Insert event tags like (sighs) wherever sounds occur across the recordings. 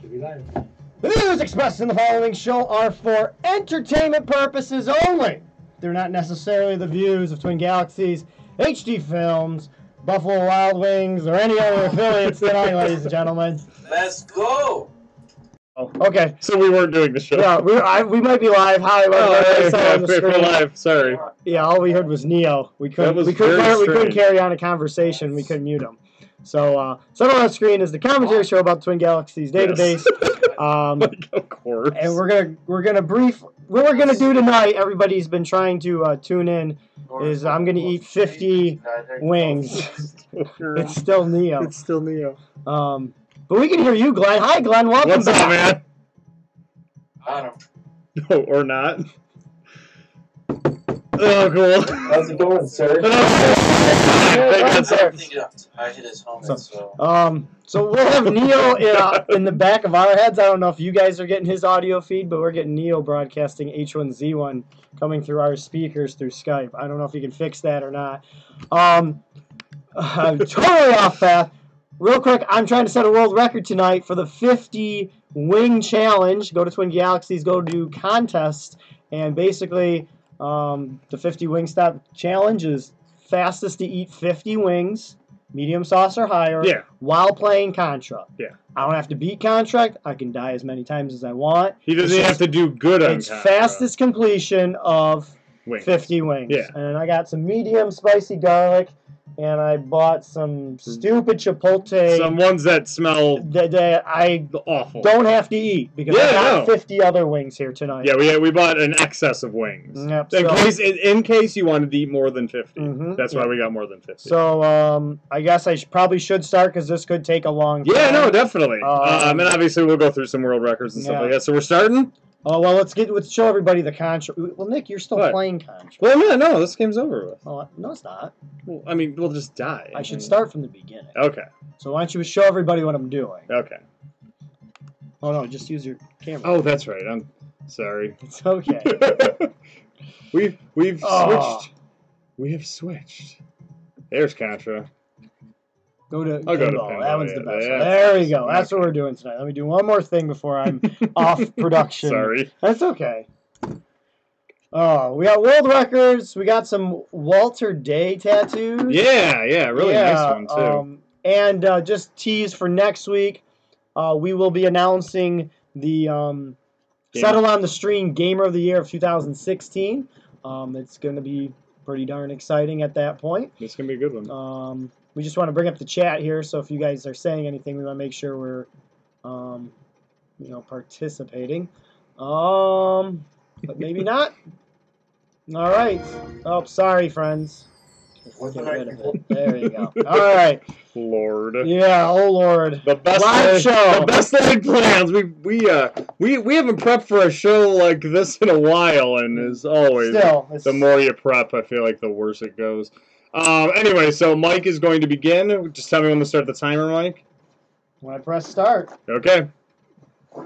desire. The views expressed in the following show are for entertainment purposes only. They're not necessarily the views of Twin Galaxies, HD Films, Buffalo Wild Wings, or any other affiliates tonight, ladies and gentlemen. Let's go. Oh, okay. So we weren't doing the show. (laughs) Yeah, we, I, we might be live. Hi, Oh, everybody. I hey, saw yeah, on the we're screen. live. Sorry. Yeah, all we heard was Neo. We couldn't That was we couldn't very we couldn't strange. carry on a conversation. We couldn't mute him. So uh, somewhere on the screen is the commentary show about Twin Galaxies database. Yes. Um, (laughs) like, of course. and we're gonna we're gonna brief what we're gonna do tonight. Everybody's been trying to uh, tune in. Is I'm gonna eat 50 wings. It's still Neo. still Neo. Um, but we can hear you, Glenn. Hi, Glenn. Welcome What's back. up, man? I don't. No, or not. Oh, (laughs) cool. How's it going, sir? (laughs) That's I think it up. I hit his helmet, So- so. Um, so we'll have Neil in, uh, in the back of our heads. I don't know if you guys are getting his audio feed, but we're getting Neil broadcasting H1Z1 coming through our speakers through Skype. I don't know if you can fix that or not. Um, (laughs) I'm totally off path. Real quick, I'm trying to set a world record tonight for the 50 wing challenge. Go to Twin Galaxies, go to contest, and basically um, the 50 wing stop challenge is fastest to eat 50 wings, medium sauce or higher yeah, while playing Contra. Yeah. I don't have to beat Contract. I can die as many times as I want. he doesn't have to do good on It's time, fastest completion of bro. Wings. 50 wings. Yeah. And I got some medium spicy garlic, and I bought some stupid chipotle Mm. Some ones that smell that, that I awful. don't have to eat because I Yeah, got no. 50 other wings here tonight. Yeah, we we bought an excess of wings. Yep, in so- case in, in case you wanted to eat more than 50 Mhm, That's yeah. why we got more than fifty. So um, I guess I should, probably should start because this could take a long time. yeah, no, definitely. Um, Um, and obviously we'll go through some world records and stuff Yeah. like that. So we're starting. Oh well, let's get let's show everybody the Contra. Well, Nick, you're still What? playing Contra. Well, yeah, no, this game's over with. Oh, no, it's not. Well, I mean, we'll just die. I should start from the beginning. Okay. So why don't you show everybody what I'm doing? Okay. Oh no, just use your camera. Oh, that's right. I'm sorry. (laughs) (laughs) It's okay. we've we've Oh. switched. We have switched. There's Contra. Go (laughs) to I'll go to pinball. pinball, That one's yeah, the best. that's- there we go. That's what okay. we're doing tonight. Let me do one more thing before (laughs) I'm off production. Sorry. That's okay. Oh, we got world records. We got some Walter Day tattoos. Yeah, yeah, really Yeah, nice one too. um, and uh, just tease for next week, uh, we will be announcing the um, Gamer. Settle on the Stream Gamer of the Year of 2016. Um, it's going to be pretty darn exciting at that point. it's gonna be a good one. Um, we just want to bring up the chat here, so if you guys are saying anything, we want to make sure we're, um, you know, participating. Um, but (laughs) maybe not. All right. Oh, sorry, friends. What's Get the rid of microphone? (laughs) it. There you go. All right. Lord. Yeah. Oh Lord. The best Live laid- show. The best laid plans. We we uh we we haven't prepped for a show like this in a while, and as always, Still, it's, the more you prep, I feel like the worse it goes. Um. Anyway, so Mike is going to begin. Just tell me when to start the timer, Mike. when I press start, Okay.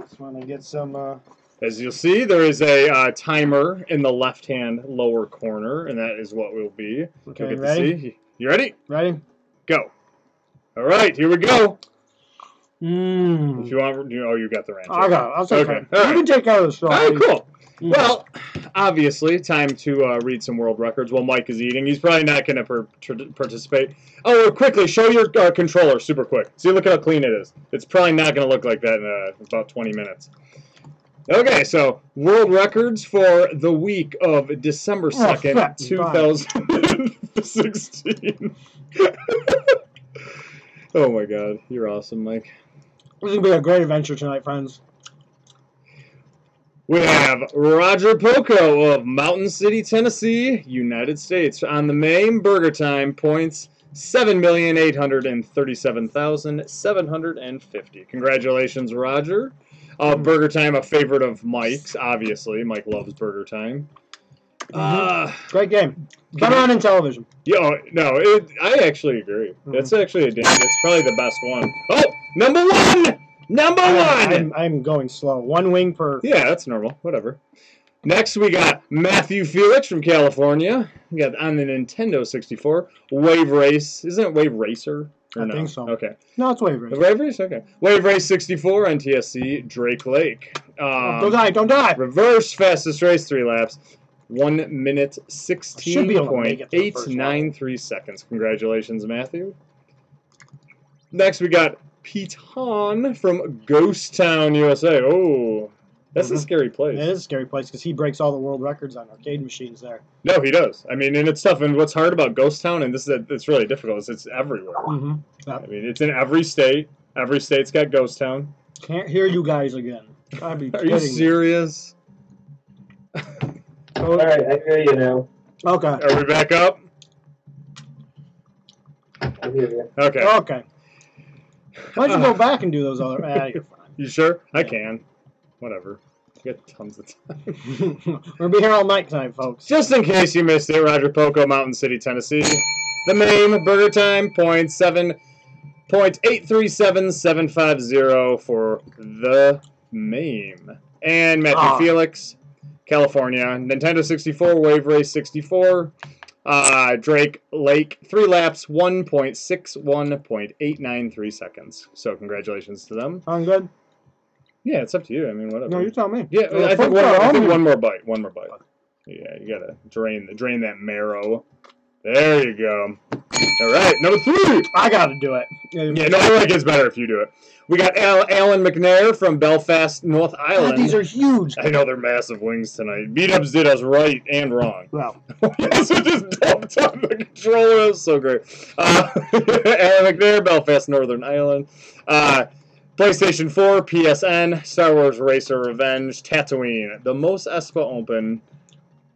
just want to get some. Uh, As you'll see, there is a uh, timer in the left-hand lower corner, and that is what we'll be. You'll okay, get to ready? see. You ready? Ready? Go. All right, here we go. If Mmm. you want, you, oh, you got the rancher. I got it. That's okay. Okay, You all right. can take out of the straw. All right, cool. Mm. Well, obviously, time to uh, read some world records while Mike is eating. He's probably not going to per- tr- participate. Oh, quickly, show your uh, controller super quick. See, look how clean it is. It's probably not going to look like that in uh, about 20 minutes. Okay, so world records for the week of December Oh, fuck, 2nd, 2016. (laughs) oh my god, you're awesome, Mike. this is gonna be a great adventure tonight, friends. We have Roger Poco of Mountain City, Tennessee, United States, on the main Burger Time points. 7,837,750. Congratulations, Roger. Uh, Burger Time, a favorite of Mike's, obviously. Mike loves Burger Time. Uh, Great game. Better on in television. yo, no, it, I actually agree. Mhm. It's actually a damn, it's probably the best one. Oh, number one! Number one! I'm, I'm going slow. One wing per. Yeah, that's normal. Whatever. Next, we got Matthew Felix from California. We got on the Nintendo 64 Wave Race. Isn't it Wave Racer? Or I no? think so. Okay. No, it's wave The race. Wave Race? Okay. Wave Race 64 on TSC, Drake Lake. Um, don't die! Don't die! Reverse fastest race, three laps. One minute Should be able to make it to the first 16.893 seconds. Congratulations, Matthew. Next, we got Pete Hahn from Ghost Town, USA. Oh, that's a Mhm. scary It place. is a scary place because he breaks all the world records on arcade machines there. No, he does. I mean, and it's tough. And what's hard about Ghost Town, and this is it's really difficult, is it's everywhere. Mm-hmm. I mean, it's in every state. Every state's got Ghost Town. Can't hear you guys again. I'd be Are kidding. you serious? Oh, Alright, I hear you now. Okay. Are we back up? I hear you. Okay. Uh-huh. Okay. Why'd you go back and do those other? Ah, you're You sure? I Yeah. can. Whatever. I got tons of time. fine. (laughs) We're gonna be here all night tonight, folks. Just in case you missed it, Roger Poco, Mountain City, Tennessee. The MAME, Burger Time, point seven, point eight three seven seven five zero for the MAME. And Matthew Ah. Felix, California. Nintendo 64, Wave Race 64. Uh, Drake Lake, three laps, 1.61.893 seconds. So, congratulations to them. I'm good. Yeah, it's up to you. I mean, whatever. No, you tell me. Yeah, Well, I think, folks one, are I think hungry. one more bite. One more bite. Yeah, you gotta drain the drain that marrow. There you go. All right, number three. I gotta do it. Yeah, no, it gets better if you do it. We got Al- Alan McNair from Belfast, North God, Island. Ah, these are huge. I know they're massive wings tonight. Beat ups did us right and wrong. Well, this one just dumped on the controller. That was so great. Uh, (laughs) Alan McNair, Belfast, Northern Ireland. Uh, PlayStation 4, PSN, Star Wars Racer Revenge, Tatooine, the most ESPA open.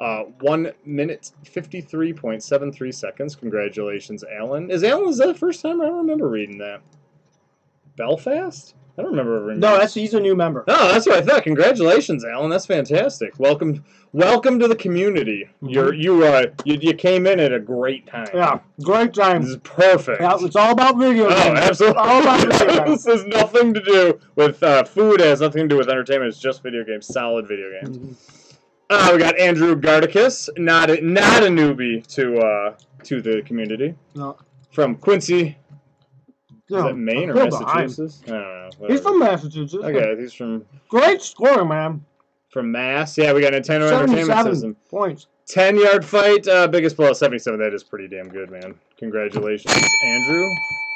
Uh, 1 minute 53.73 seconds. Congratulations, Alan. Is Alan, is that the first time? I don't remember reading that. Belfast? I don't remember reading no, that. that's he's a new member. Oh, that's what I thought. Congratulations, Alan. That's fantastic. Welcome, welcome to the community. You're you uh you, you came in at a great time. Mm-hmm. Yeah, great this time. is perfect. Yeah, it's all about video oh, games. absolutely. All about video games. (laughs) this has nothing to do with uh, food. It has nothing to do with entertainment. It's just video games. Solid video games. Mm-hmm. Uh, we got Andrew Gardicus, not a, not a newbie to uh to the community No. from Quincy. No, is that Maine or go behind. Massachusetts? I don't know. He's whatever. from Massachusetts. okay. He's from Great scorer, man. from Mass. Yeah, we got Nintendo Entertainment 77 System. points. 10 yard fight, uh, biggest blow, 77. That is pretty damn good, man. Congratulations, Andrew.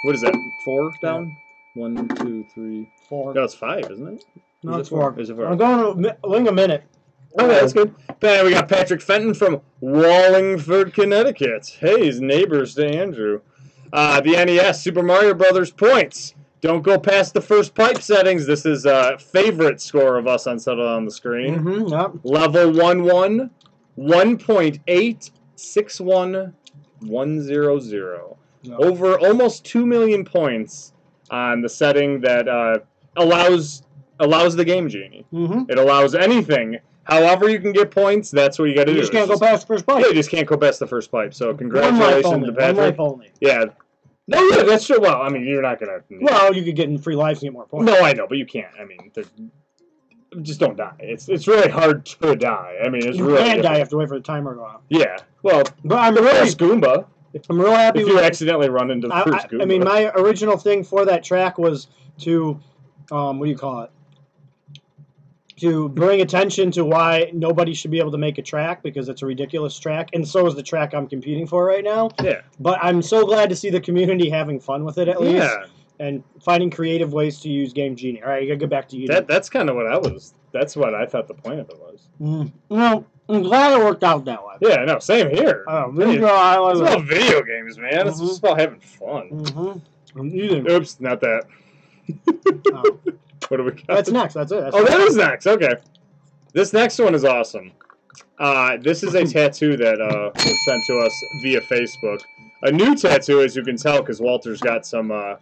What is that? Four down? One, two, three. Four. No, it's five, isn't it? No, Is it's it four? four. Is it four? I'm going to mi- wing a minute. Oh, that's good. Then we got Patrick Fenton from Wallingford, Connecticut. Hey, he's neighbors to Andrew. Uh, the NES Super Mario Brothers points. Don't go past the first pipe settings. This is a uh, favorite score of us on Settle on the Screen. Mm-hmm, yep. Level 1 1, 1.861100. No. Over almost 2 million points on the setting that uh, allows allows the game genie. Mm-hmm. It allows anything. However, you can get points, that's what you got to You do. just can't go It's past first just- bite. yeah, you just can't go past the first pipe. So, One life congratulations only. to One Patrick. life only. Yeah. No, yeah, that's true. Well, I mean, you're not going to. Well, you could get in free lives and get more points. No, I know, but you can't. I mean, there's- just don't die. It's it's really hard to die. I mean, it's you really can die. You difficult. have to wait for the timer to go out. Yeah. Well, But I'm really, first Goomba. I'm real happy If you with. accidentally run into the I, first I, Goomba. I mean, my original thing for that track was to, um, what do you call it? To bring attention to why nobody should be able to make a track because it's a ridiculous track, and so is the track I'm competing for right now. yeah, But I'm so glad to see the community having fun with it at least, yeah. and finding creative ways to use Game Genie. All right, I gotta get back to you. That that's kind of what I was. That's what I thought the point of it was. Mm, no, I'm glad it worked out that way. Yeah. No. Same here. Oh, Hey, Ninja Island. it's about video games, man. It's Mhm. just about having fun. Mm-hmm. I'm eating. Oops, not that. (laughs) Oh, What do we got? that's next. That's it. That's Oh, it. that is next. Okay. This next one is awesome. Uh, (laughs) this is a tattoo that uh, was sent to us via Facebook. A new tattoo, as you can tell, because Walter's got some. Uh,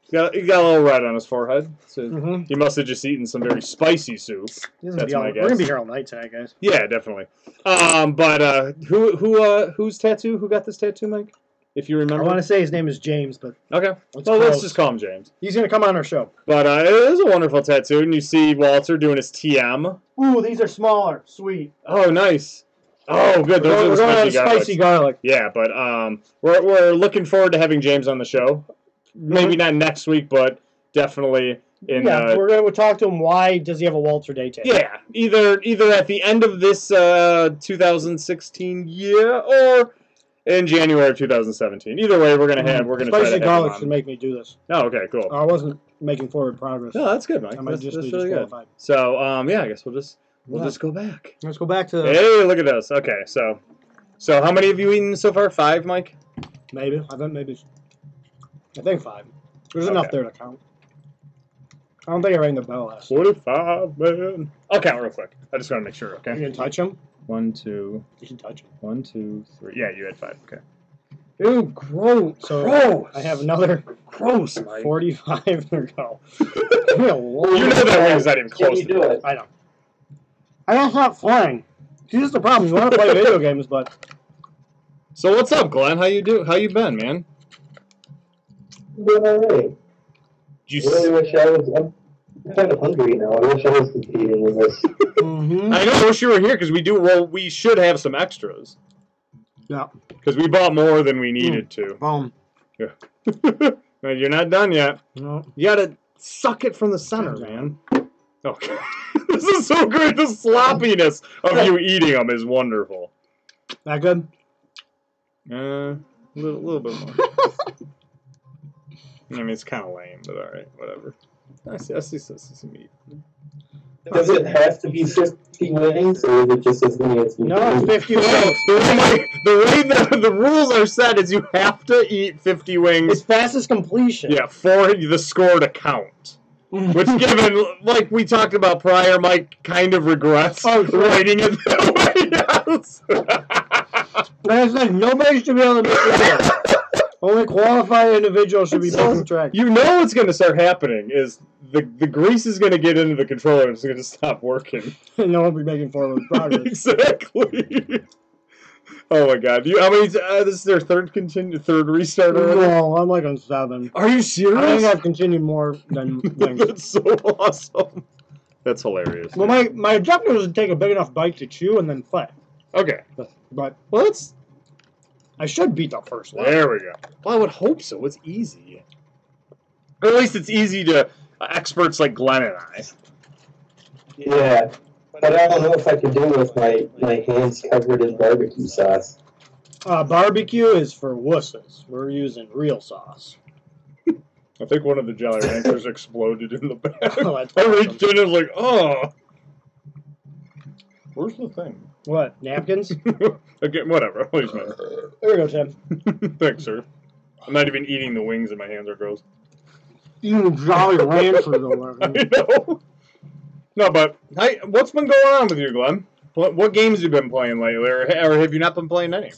he's got, he got a little red on his forehead. So Mm-hmm. he must have just eaten some very spicy soup. That's my We're gonna guess. be here all night tonight, guys. Yeah, definitely. Um, but uh, who who uh, whose tattoo? Who got this tattoo, Mike? If you I remember. want to say his name is James, but okay. it's Well, let's close. just call him James. he's gonna come on our show. But uh, it is a wonderful tattoo, and you see Walter doing his TM. Ooh, these are smaller. Sweet. Oh, nice. Oh, good. Those we're are the going spicy on spicy garlics. garlic. Yeah, but um, we're, we're looking forward to having James on the show. maybe not next week, but definitely in Mm-hmm. yeah, uh, we're gonna talk to him. Why does he have a Walter Day tattoo? yeah, either either at the end of this uh, 2016 year or in January of 2017. Either way, we're gonna have we're gonna try to Spicy have him garlic on. should make me do this. Oh, okay, cool. I wasn't making forward progress. No, that's good, Mike. I might That's, just that's be really good. disqualified. So, um, yeah, I guess we'll just we'll Yeah. Uh, just go back. Let's go back to Hey, look at this. Okay, so so how many have you eaten so far? Five, Mike. maybe. I think maybe. I think five. There's enough Okay. there to count. I don't think I rang the bell last. You Forty-five, man. I'll count real quick. I just want to make sure. Okay. can touch him. One, two, You can touch him. one, two, three. Yeah, you had five. Okay. Ew, gross. So gross. I have another gross, Mike. forty-five (laughs) to go. Give me a (laughs) You long- know that ring's not even Can close. you to do that. it? I know. I don't stop flying. Here's the problem. You want to play (laughs) video games, but So what's up, Glenn? How you do? How you been, man? Doing alright. Did you? I really s- wish I was. I'm kind of hungry now. I wish I was competing in this. Mhm. I know. I wish you were here because we do. Well, we should have some extras yeah. because we bought more than we needed (laughs) to. Um. No, You're not done yet. No. You gotta suck it from the center, man. Okay. (laughs) this is so great. The sloppiness of you eating them is wonderful. That good? Uh, a little, little bit more. I mean, it's kind of lame, but all right, whatever. I see. I see. I see some meat. Does it have to be 50 winnings, or is it just as many as you No, it's (laughs) can? fifty. No, wings. the way, my, the, way the, the rules are set is you have to eat 50 It's wings. fastest completion. (laughs) Yeah, for the score to count. Which, given like we talked about prior, Mike kind of regrets Oh, sure. writing it (laughs) that way. Like I said, nobody should be able to make it. (laughs) Only qualified individuals should be So- making track. you know what's going to start happening is the the grease is going to get into the controller and it's going to stop working. (laughs) no one will be making forward (laughs) progress. exactly. (laughs) oh my god! You, I mean, uh, this is their third continue, third restart. already? no, I'm like on seven. Are you I think serious? I've continued more than things. (laughs) (laughs) That's so awesome. That's hilarious. Well, my, my objective was to take a big enough bite to chew and then play. okay, But well, that's I should beat the first one. There we go. Well, I would hope so. It's easy. Or at least it's easy to uh, experts like Glenn and I. Yeah, but I don't know if I could do it with my, my hands covered in barbecue sauce. Uh, barbecue is for wusses. We're using real (laughs) sauce. I think one of the Jolly (laughs) Ranchers exploded in the (laughs) back. Oh, that's I awesome. reached in and was like, oh. Where's the thing? What, napkins? Again, whatever. I'll use my- there we go, Tim. (laughs) Thanks, sir. I'm not even eating the wings and my hands are gross. You Jolly Ranchers over (laughs) I (laughs) know. No, but hey, what's been going on with you, Glenn? What, what games have you been playing lately, or, or have you not been playing any?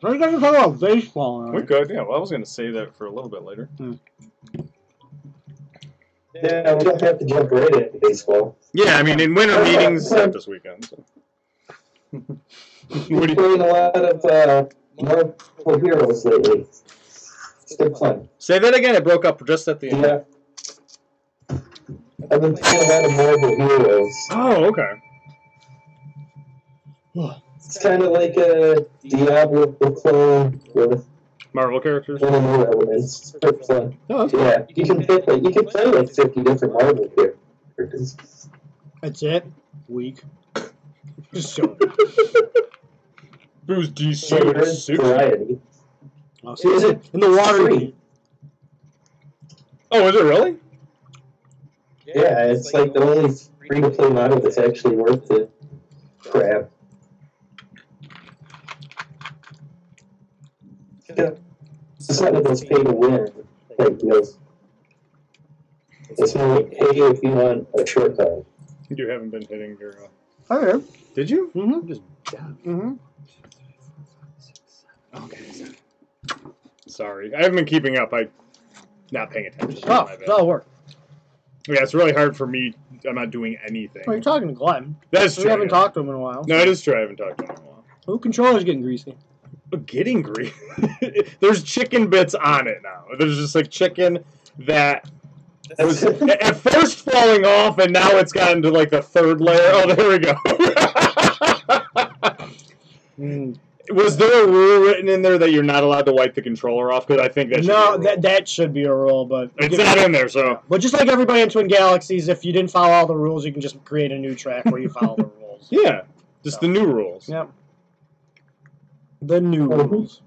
We're going to talk about baseball. all We right? could, yeah. Well, I was going to save that for a little bit later. Yeah, we don't have to jump right into baseball. Yeah, I mean, in winter meetings, not this weekend. So. We're what do you, playing a lot of uh, Marvel heroes lately. It's good fun. say that again. It broke up just at the end. Yeah. I've been playing a lot of Marvel heroes. Oh, okay. It's kind of like a Diablo clone with Marvel characters. one of more elements. It's pretty fun. Oh, that's Yeah, you can pick like you can play like fifty different Marvel characters. That's it. Weak. Just so (laughs) Who's So there's variety. I'll see is it in the water. Free. Oh, is it really? Yeah, it's like the only free to play model that's actually worth the crap. It's not like those pay to win like deals. It's more like hey, if you want a shortcut. You haven't been hitting your. Uh, Okay. did you? Mhm. Just Mhm. okay. Sorry, I haven't been keeping up. I not paying attention. Oh, My bad. that'll work. Yeah, it's really hard for me. I'm not doing anything. Well, you're talking to Glenn. That's true. We haven't yeah. talked to him in a while. No, it is true. I haven't talked to him in a while. Who controller's getting greasy? But getting green. (laughs) There's chicken bits on it now. There's just like chicken that was That's- at at first falling off, and now it's gotten to like the third layer. Oh, there we go. Mm. (laughs) Was there a rule written in there that you're not allowed to wipe the controller off? Because I think that should no, be a rule. that that should be a rule, but it's not in there. So But just like everybody in Twin Galaxies, if you didn't follow all the rules, you can just create a new track where you follow (laughs) the rules. yeah, just the new rules. Yep. The new rules.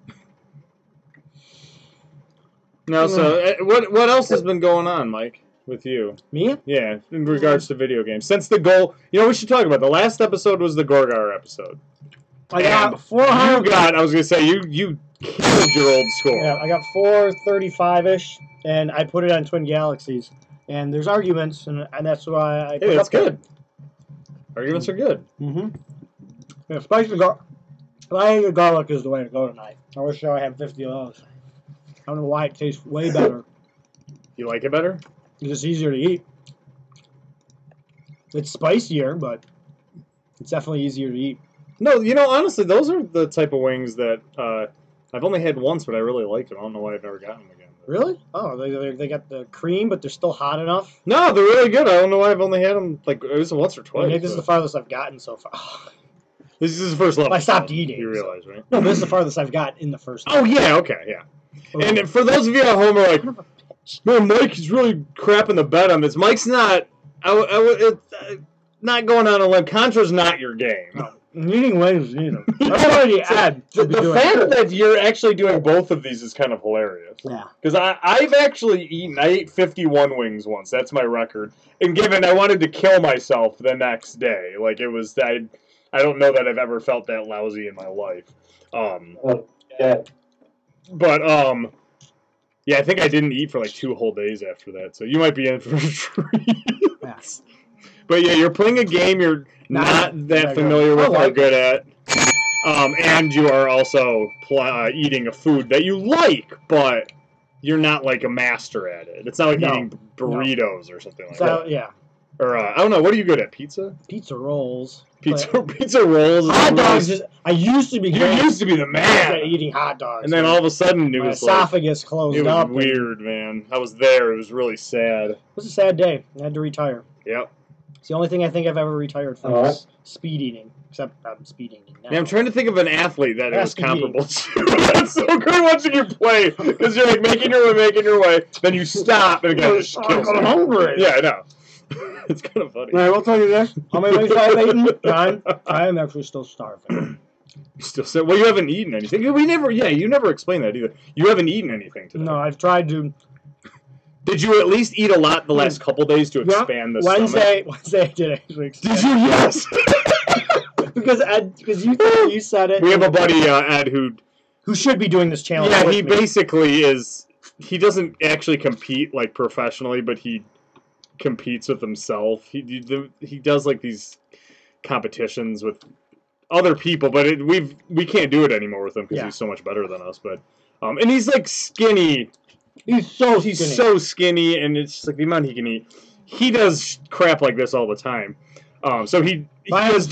No, so uh, what what else has been going on, Mike, with you? Me? Yeah, in regards to video games. Since the goal, you know, we should talk about the last episode was the Gorgar episode. Oh, I got And four You hundred. got, I was gonna say, you you killed your old score. Yeah, I got four thirty-five ish, and I put it on Twin Galaxies. And there's arguments, and, and that's why I. hey, put that's up there. good. Arguments are good. Mm-hmm. Yeah, spicy gar- spicy and garlic is the way to go tonight. I wish I had 50 of those. I don't know why it tastes way better. You like it better? it's just easier to eat. It's spicier, but it's definitely easier to eat. No, you know, honestly, those are the type of wings that uh, I've only had once, but I really liked them. I don't know why I've never gotten them again. Really? Oh, they, they, they got the cream, but they're still hot enough. No, they're really good. I don't know why I've only had them like it was once or I mean, twice. this is the but- farthest I've gotten so far. (laughs) this is the first level. I stopped so eating, You so- realize, right? no, this is the farthest I've got in the first. Oh yeah, okay, yeah. And for those of you at home, are like, man, Mike is really crapping the bed on this. Mike's not. I, w- I w- it's, uh, not going on a limb. Contra's not your game. eating wings, (laughs) neither. I've already had. The, to be the doing fact it. that you're actually doing both of these is kind of hilarious. Yeah. Because I I've actually eaten. I ate 51 wings once. That's my record. And given I wanted to kill myself the next day, like it was. I I don't know that I've ever felt that lousy in my life. Um, Oh, yeah. but um, yeah, I think I didn't eat for like two whole days after that. So you might be in for a (laughs) treat. Yeah. But yeah, you're playing a game you're not, Not that that familiar good. I with or like good at, um, and you are also pl- uh, eating a food that you like, but you're not like a master at it. It's not like No. eating b- No. burritos or something like So that. yeah, Or uh, I don't know, what are you good at? Pizza, pizza rolls. pizza, (laughs) pizza rolls. But hot dogs. You Just, I used to be great used to be the at man, eating hot dogs, and then man. all of a sudden it my was like, esophagus closed it was up. and weird, man. I was there. It was really sad. It was a sad day. I had to retire. Yep. It's the only thing I think I've ever retired from. All right. is Speed eating, except I'm speed eating now. Yeah, I'm trying to think of an athlete that it was Ask me. comparable to. (laughs) That's so good watching you play because you're like making your way, making your way, then you stop and again just kills I'm you. hungry. Yeah, I know. (laughs) it's kind of funny. I will tell you this. How many wings have I eaten? (laughs) Nine. I am actually still (clears throat) starving. You still said, well, you haven't eaten anything. We never, yeah, you never explained that either. You haven't eaten anything today. No, I've tried to. Did you at least eat a lot the last couple days to Hmm. Yeah, expand the stomach? Wednesday, Wednesday (laughs) I did actually. Did you? (laughs) Yes. Because I, because you think you said it. we have a buddy uh, Ed who who should be doing this challenge. Yeah, with he me. basically is. He doesn't actually compete like professionally, but he competes with himself. He he do- he does like these competitions with other people, but it, we've we can't do it anymore with him because Yeah. he's so much better than us. But um, and he's like skinny. He's so He's skinny. so skinny, and it's just, like the amount he can eat. He does crap like this all the time. Um, so he he By has himself.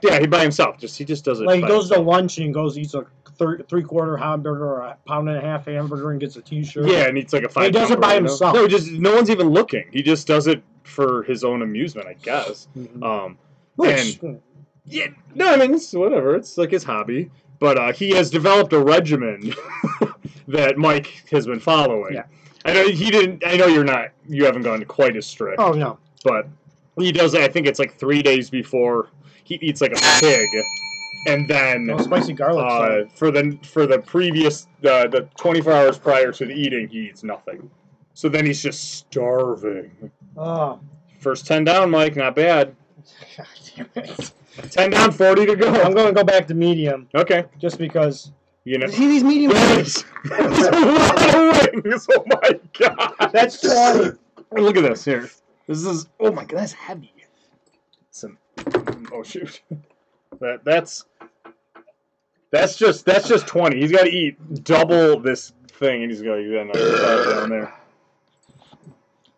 developed. Yeah, he by himself. Just he just does it. Like he by goes to himself. lunch and goes eats a three quarter hamburger or a pound and a half hamburger and gets a t-shirt. Yeah, and it's like a five. he does it by himself. No, he just no one's even looking. He just does it for his own amusement, I guess. Mhm. Um, Which yeah, no, I mean it's whatever. It's like his hobby, but uh, he has developed a regimen (laughs) that Mike has been following. Yeah. I know he didn't. I know you're not. You haven't gone quite as strict, oh no, but he does. I think it's like three days before he eats like a pig, and then no Oh, spicy garlic. uh, sauce. for the for the previous uh, the 24 hours prior to the eating, he eats nothing. So then he's just starving. oh (laughs) First 10 down, Mike. Not bad. god damn it! 10 down, 40 to I'm go. going to go back to medium Okay. just because. You know. See these medium. Yes. That's a lot of wings. Oh my god. That's twenty. Look at this here. This is. Oh my god, that's heavy. Some. Oh shoot. That that's. That's just that's just twenty. He's got to eat double this thing, and he's got to eat another five down there.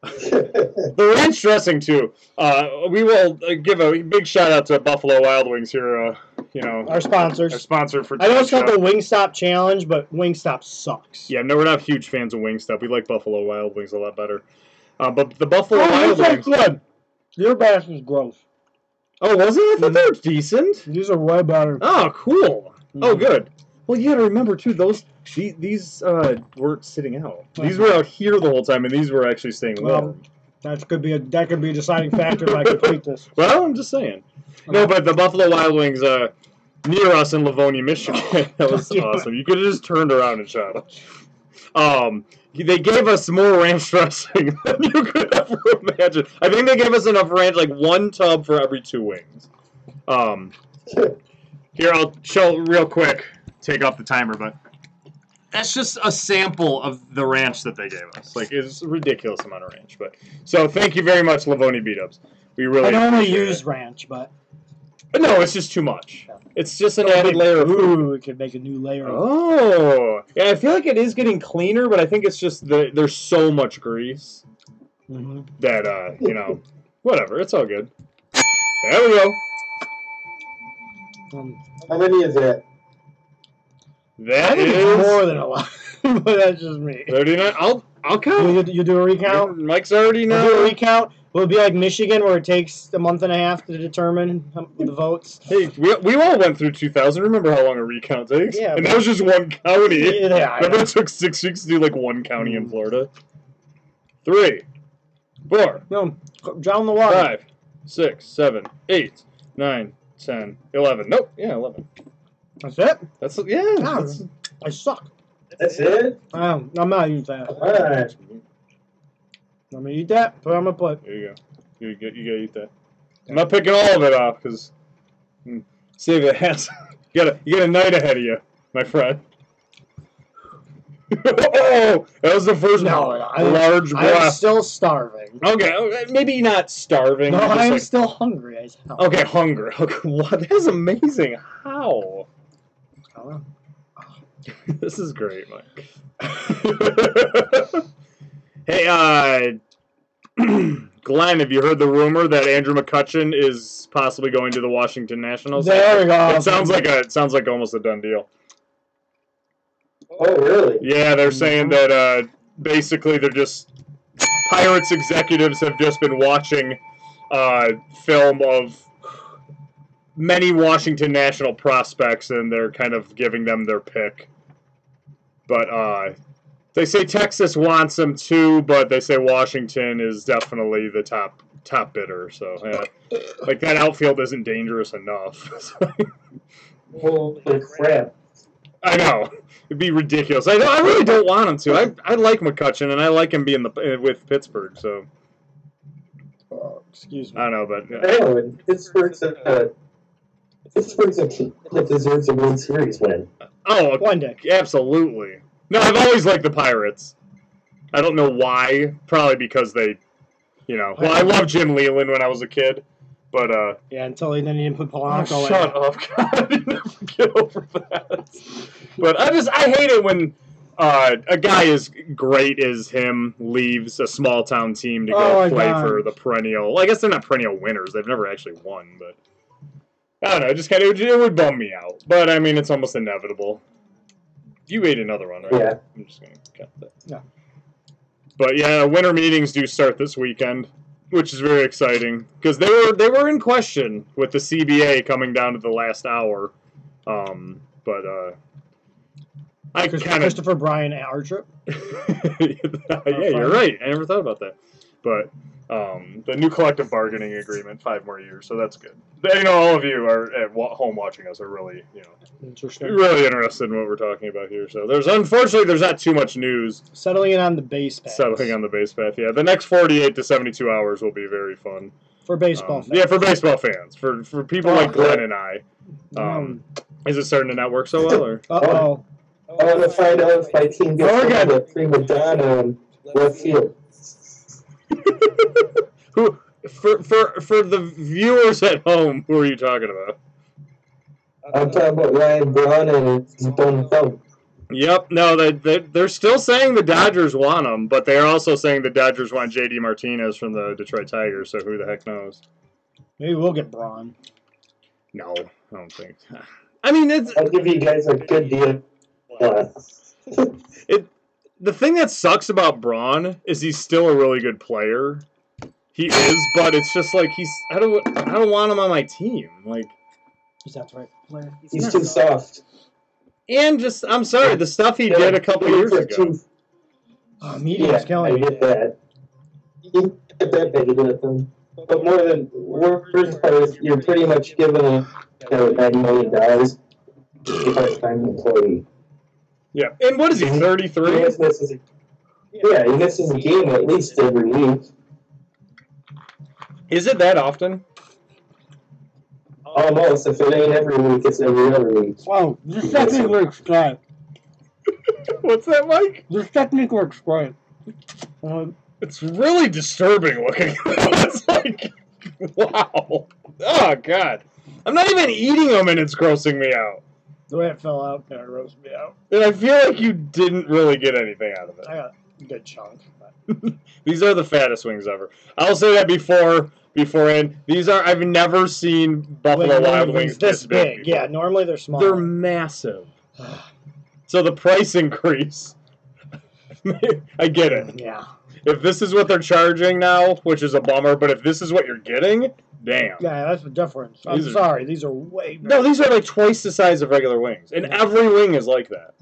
The ranch dressing too. Uh, we will uh, give a big shout out to Buffalo Wild Wings here. Uh, you know, Our our sponsors. sponsor for. I know it's not the Wingstop challenge, but Wingstop sucks. Yeah, no, we're not huge fans of Wingstop. We like Buffalo Wild Wings a lot better. Uh, but the Buffalo Oh, Wild these are Wings. good. Your bass is gross. Oh, was it? I thought they were decent. These are way better. Oh, cool. Oh, good. Well, you got to remember too; those the, these uh, weren't sitting out. These were out here the whole time, and these were actually staying Well- warm. That could be a that could be a deciding factor if I complete this. Well, I'm just saying. Uh-huh. No, but the Buffalo Wild Wings uh, near us in Livonia, Michigan. (laughs) that was Oh. (laughs) Yeah. awesome. You could have just turned around and shot it. Um, they gave us more ranch dressing (laughs) than you could ever imagine. I think they gave us enough ranch, like one tub for every two wings. Um, here, I'll show real quick. Take off the timer, but that's just a sample of the ranch that they gave us. Like, it's a ridiculous amount of ranch. But so, thank you very much, Livonia Beatups. We really I don't only appreciate it. use ranch, but But no, it's just too much. It's just an Ooh, added layer of food. Ooh, it could make a new layer. of Oh, yeah. I feel like it is getting cleaner, but I think it's just the, there's so much grease Mhm. that uh, you know, (laughs) whatever. It's all good. There we go. Um, How many is that? I That think it's is more than a lot, (laughs) but that's just me. thirty-nine. I'll I'll count. You, you do a recount. Mike's already We'll do a now. recount. We'll be like Michigan, where it takes a month and a half to determine um, the votes. Hey, we, we all went through 2000. Remember how long a recount takes? Yeah, and that was just one county. Yeah, I (laughs) Remember know. it took six weeks to do like one county in Mm. Florida. Three, four, No, drown the water. Five, six, seven, eight, nine, ten, eleven. Nope. Yeah, eleven. That's it. That's yeah. That's, I suck. That's it? Um, I'm not eating that. Alright. I'm gonna eat that. Put it on my plate. there you go. You get you gotta eat that. I'm not picking all of it off because save the ass. (laughs) you got a you got a night ahead of you, my friend. (laughs) oh, that was the first No, no, I- large I'm breath. still starving. Okay, okay, maybe not starving. No, but just I'm like- Oh. still hungry as hell. okay, (laughs) hunger. Okay, wow, that is amazing. How? I don't know. (laughs) This is great, Mike. (laughs) hey, uh, (clears throat) Glenn, have you heard the rumor that Andrew McCutcheon is possibly going to the Washington Nationals? There we go. It sounds like a, it sounds like almost a done deal. Oh, really? Yeah, they're saying that uh, basically they're just Pirates executives have just been watching uh, film of many Washington National prospects, and they're kind of giving them their pick. But uh, they say Texas wants them too, but they say Washington is definitely the top top bidder. So yeah, like that outfield isn't dangerous enough. (laughs) So, Holy crap. I know. It'd be ridiculous. I know. I really don't want him to. I, I like McCutcheon, and I like him being the eh, with Pittsburgh. So Oh, excuse me. I don't know, but I know, and Pittsburgh's a, uh, Pittsburgh's a team that deserves a World Series win. oh, One day. absolutely. No, I've always liked the Pirates. I don't know why. Probably because they, you know. Well, I loved Jim Leland when I was a kid, but uh. Yeah, until he then he didn't put Oh, Polanco in. shut up, (laughs) God! You never get over that. But I just I hate it when uh, a guy as great as him leaves a small town team to Oh, go my play God. for the perennial. Well, I guess they're not perennial winners; they've never actually won. But I don't know. it Just kind of it would bum me out. But I mean, it's almost inevitable. You ate another one, right? Yeah. I'm just gonna cut that. Yeah. But yeah, winter meetings do start this weekend, which is very exciting because they were they were in question with the CBA coming down to the last hour. Um, but uh, I Christ- kind of Christopher Bryan Archer. (laughs) yeah, you're right. I never thought about that. But um, the new collective bargaining agreement, five more years, so that's good. They, you know, all of you are at wa- home watching us are really, you know, Interesting. really interested in what we're talking about here. So there's unfortunately there's not too much news Settling in on the base pass. settling on the base path. Yeah, the next 48 to 72 hours will be very fun. for baseball. Um, fans. yeah, for baseball fans, for for people Oh, like Glenn yeah. and I. Um, Is it starting to not work so well? Or uh oh. I want to find out if my team gets Oregon. the prima donna in left field. who (laughs) for for for the viewers at home? Who are you talking about? I'm talking about Ryan Braun and his bone thumb. Yep. No, they, they they're still saying the Dodgers want him, but they're also saying the Dodgers want J.D. Martinez from the Detroit Tigers. So who the heck knows? Maybe we'll get Braun. No, I don't think. I mean, it's I'll give you guys a good deal. Uh, (laughs) the thing that sucks about Braun is he's still a really good player. He is, but it's just like he's I don't I don't want him on my team. Like He's not the right player. He's too soft. And just, I'm sorry, the stuff he did a couple years ago. Too- Oh, Yeah, media's I killing me. get that. You get that big with them. But more than worst part is you're pretty much given a you know, nine million dollars to a part-time employee. Yeah. And what is he, He 33? misses misses a- yeah, he misses a game at least every week. Is it that often? Almost, if it ain't every week, it's every other week. Oh, this technique works great. (laughs) What's that, Mike? This technique works great. Um, It's really disturbing looking. (laughs) it's like, wow. Oh, God. I'm not even eating them and it's grossing me out. the way it fell out kind of roasted me out. And I feel like you didn't really get anything out of it. I got a good chunk. But These are the fattest wings ever. I'll say that before, before in. These are, I've never seen Buffalo Wing- Wild Wings this big. before. Yeah, normally they're small. They're massive. So the price increase. (laughs) I get it. yeah. If this is what they're charging now, which is a bummer, but if this is what you're getting, damn. Yeah, that's the difference. I'm These are- sorry, these are way No, these are like twice the size of regular wings, and every wing is like that.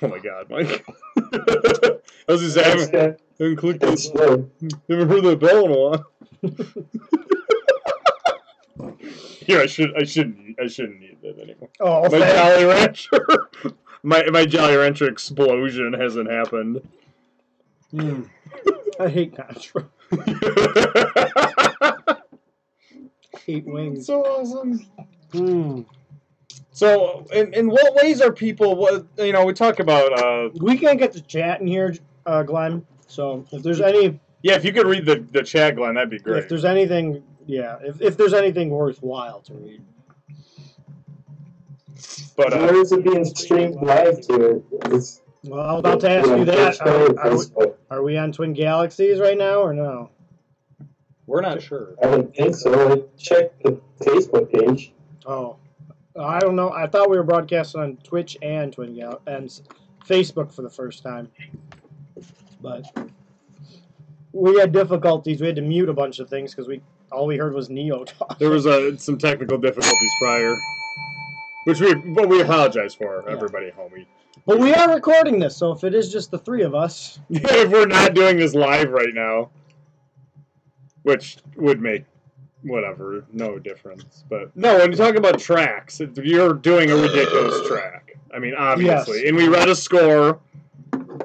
Oh my god, Mike! (laughs) I was just It's, having uh, haven't clicked it's this. slow. Haven't heard that bell in a while. (laughs) Here, I should, I shouldn't, I shouldn't need that anymore. Oh, (laughs) My thank- Jolly Rancher, (laughs) my my Jolly Rancher explosion hasn't happened. (laughs) Mm. I hate (laughs) Contra. hate (laughs) wings. so awesome. Hmm. Mm. So, in, in what ways are people? What you know, we talk about. Uh, We can't get to chat in here, uh, Glenn. So if there's any, yeah, if you could read the the chat, Glenn, that'd be great. if there's anything, yeah, if, if there's anything worthwhile to read, But uh, Where is it being streamed live to? It's, well, I was about to ask you that. Are, are, we, are we on Twin Galaxies right now or no? we're not sure. I don't think so. I checked the Facebook page. Oh, I don't know. I thought we were broadcasting on Twitch and Twin Gal and s- Facebook for the first time, but we had difficulties. We had to mute a bunch of things because we all we heard was Neo (laughs) talk. There was uh, some technical difficulties prior, which we but we apologize for Yeah. everybody, homie. But we are recording this, so if it is just the three of us, (laughs) if we're not doing this live right now, which would make whatever no difference. But no, when you talk about tracks, you're doing a ridiculous track. I mean, obviously, Yes. and we read a score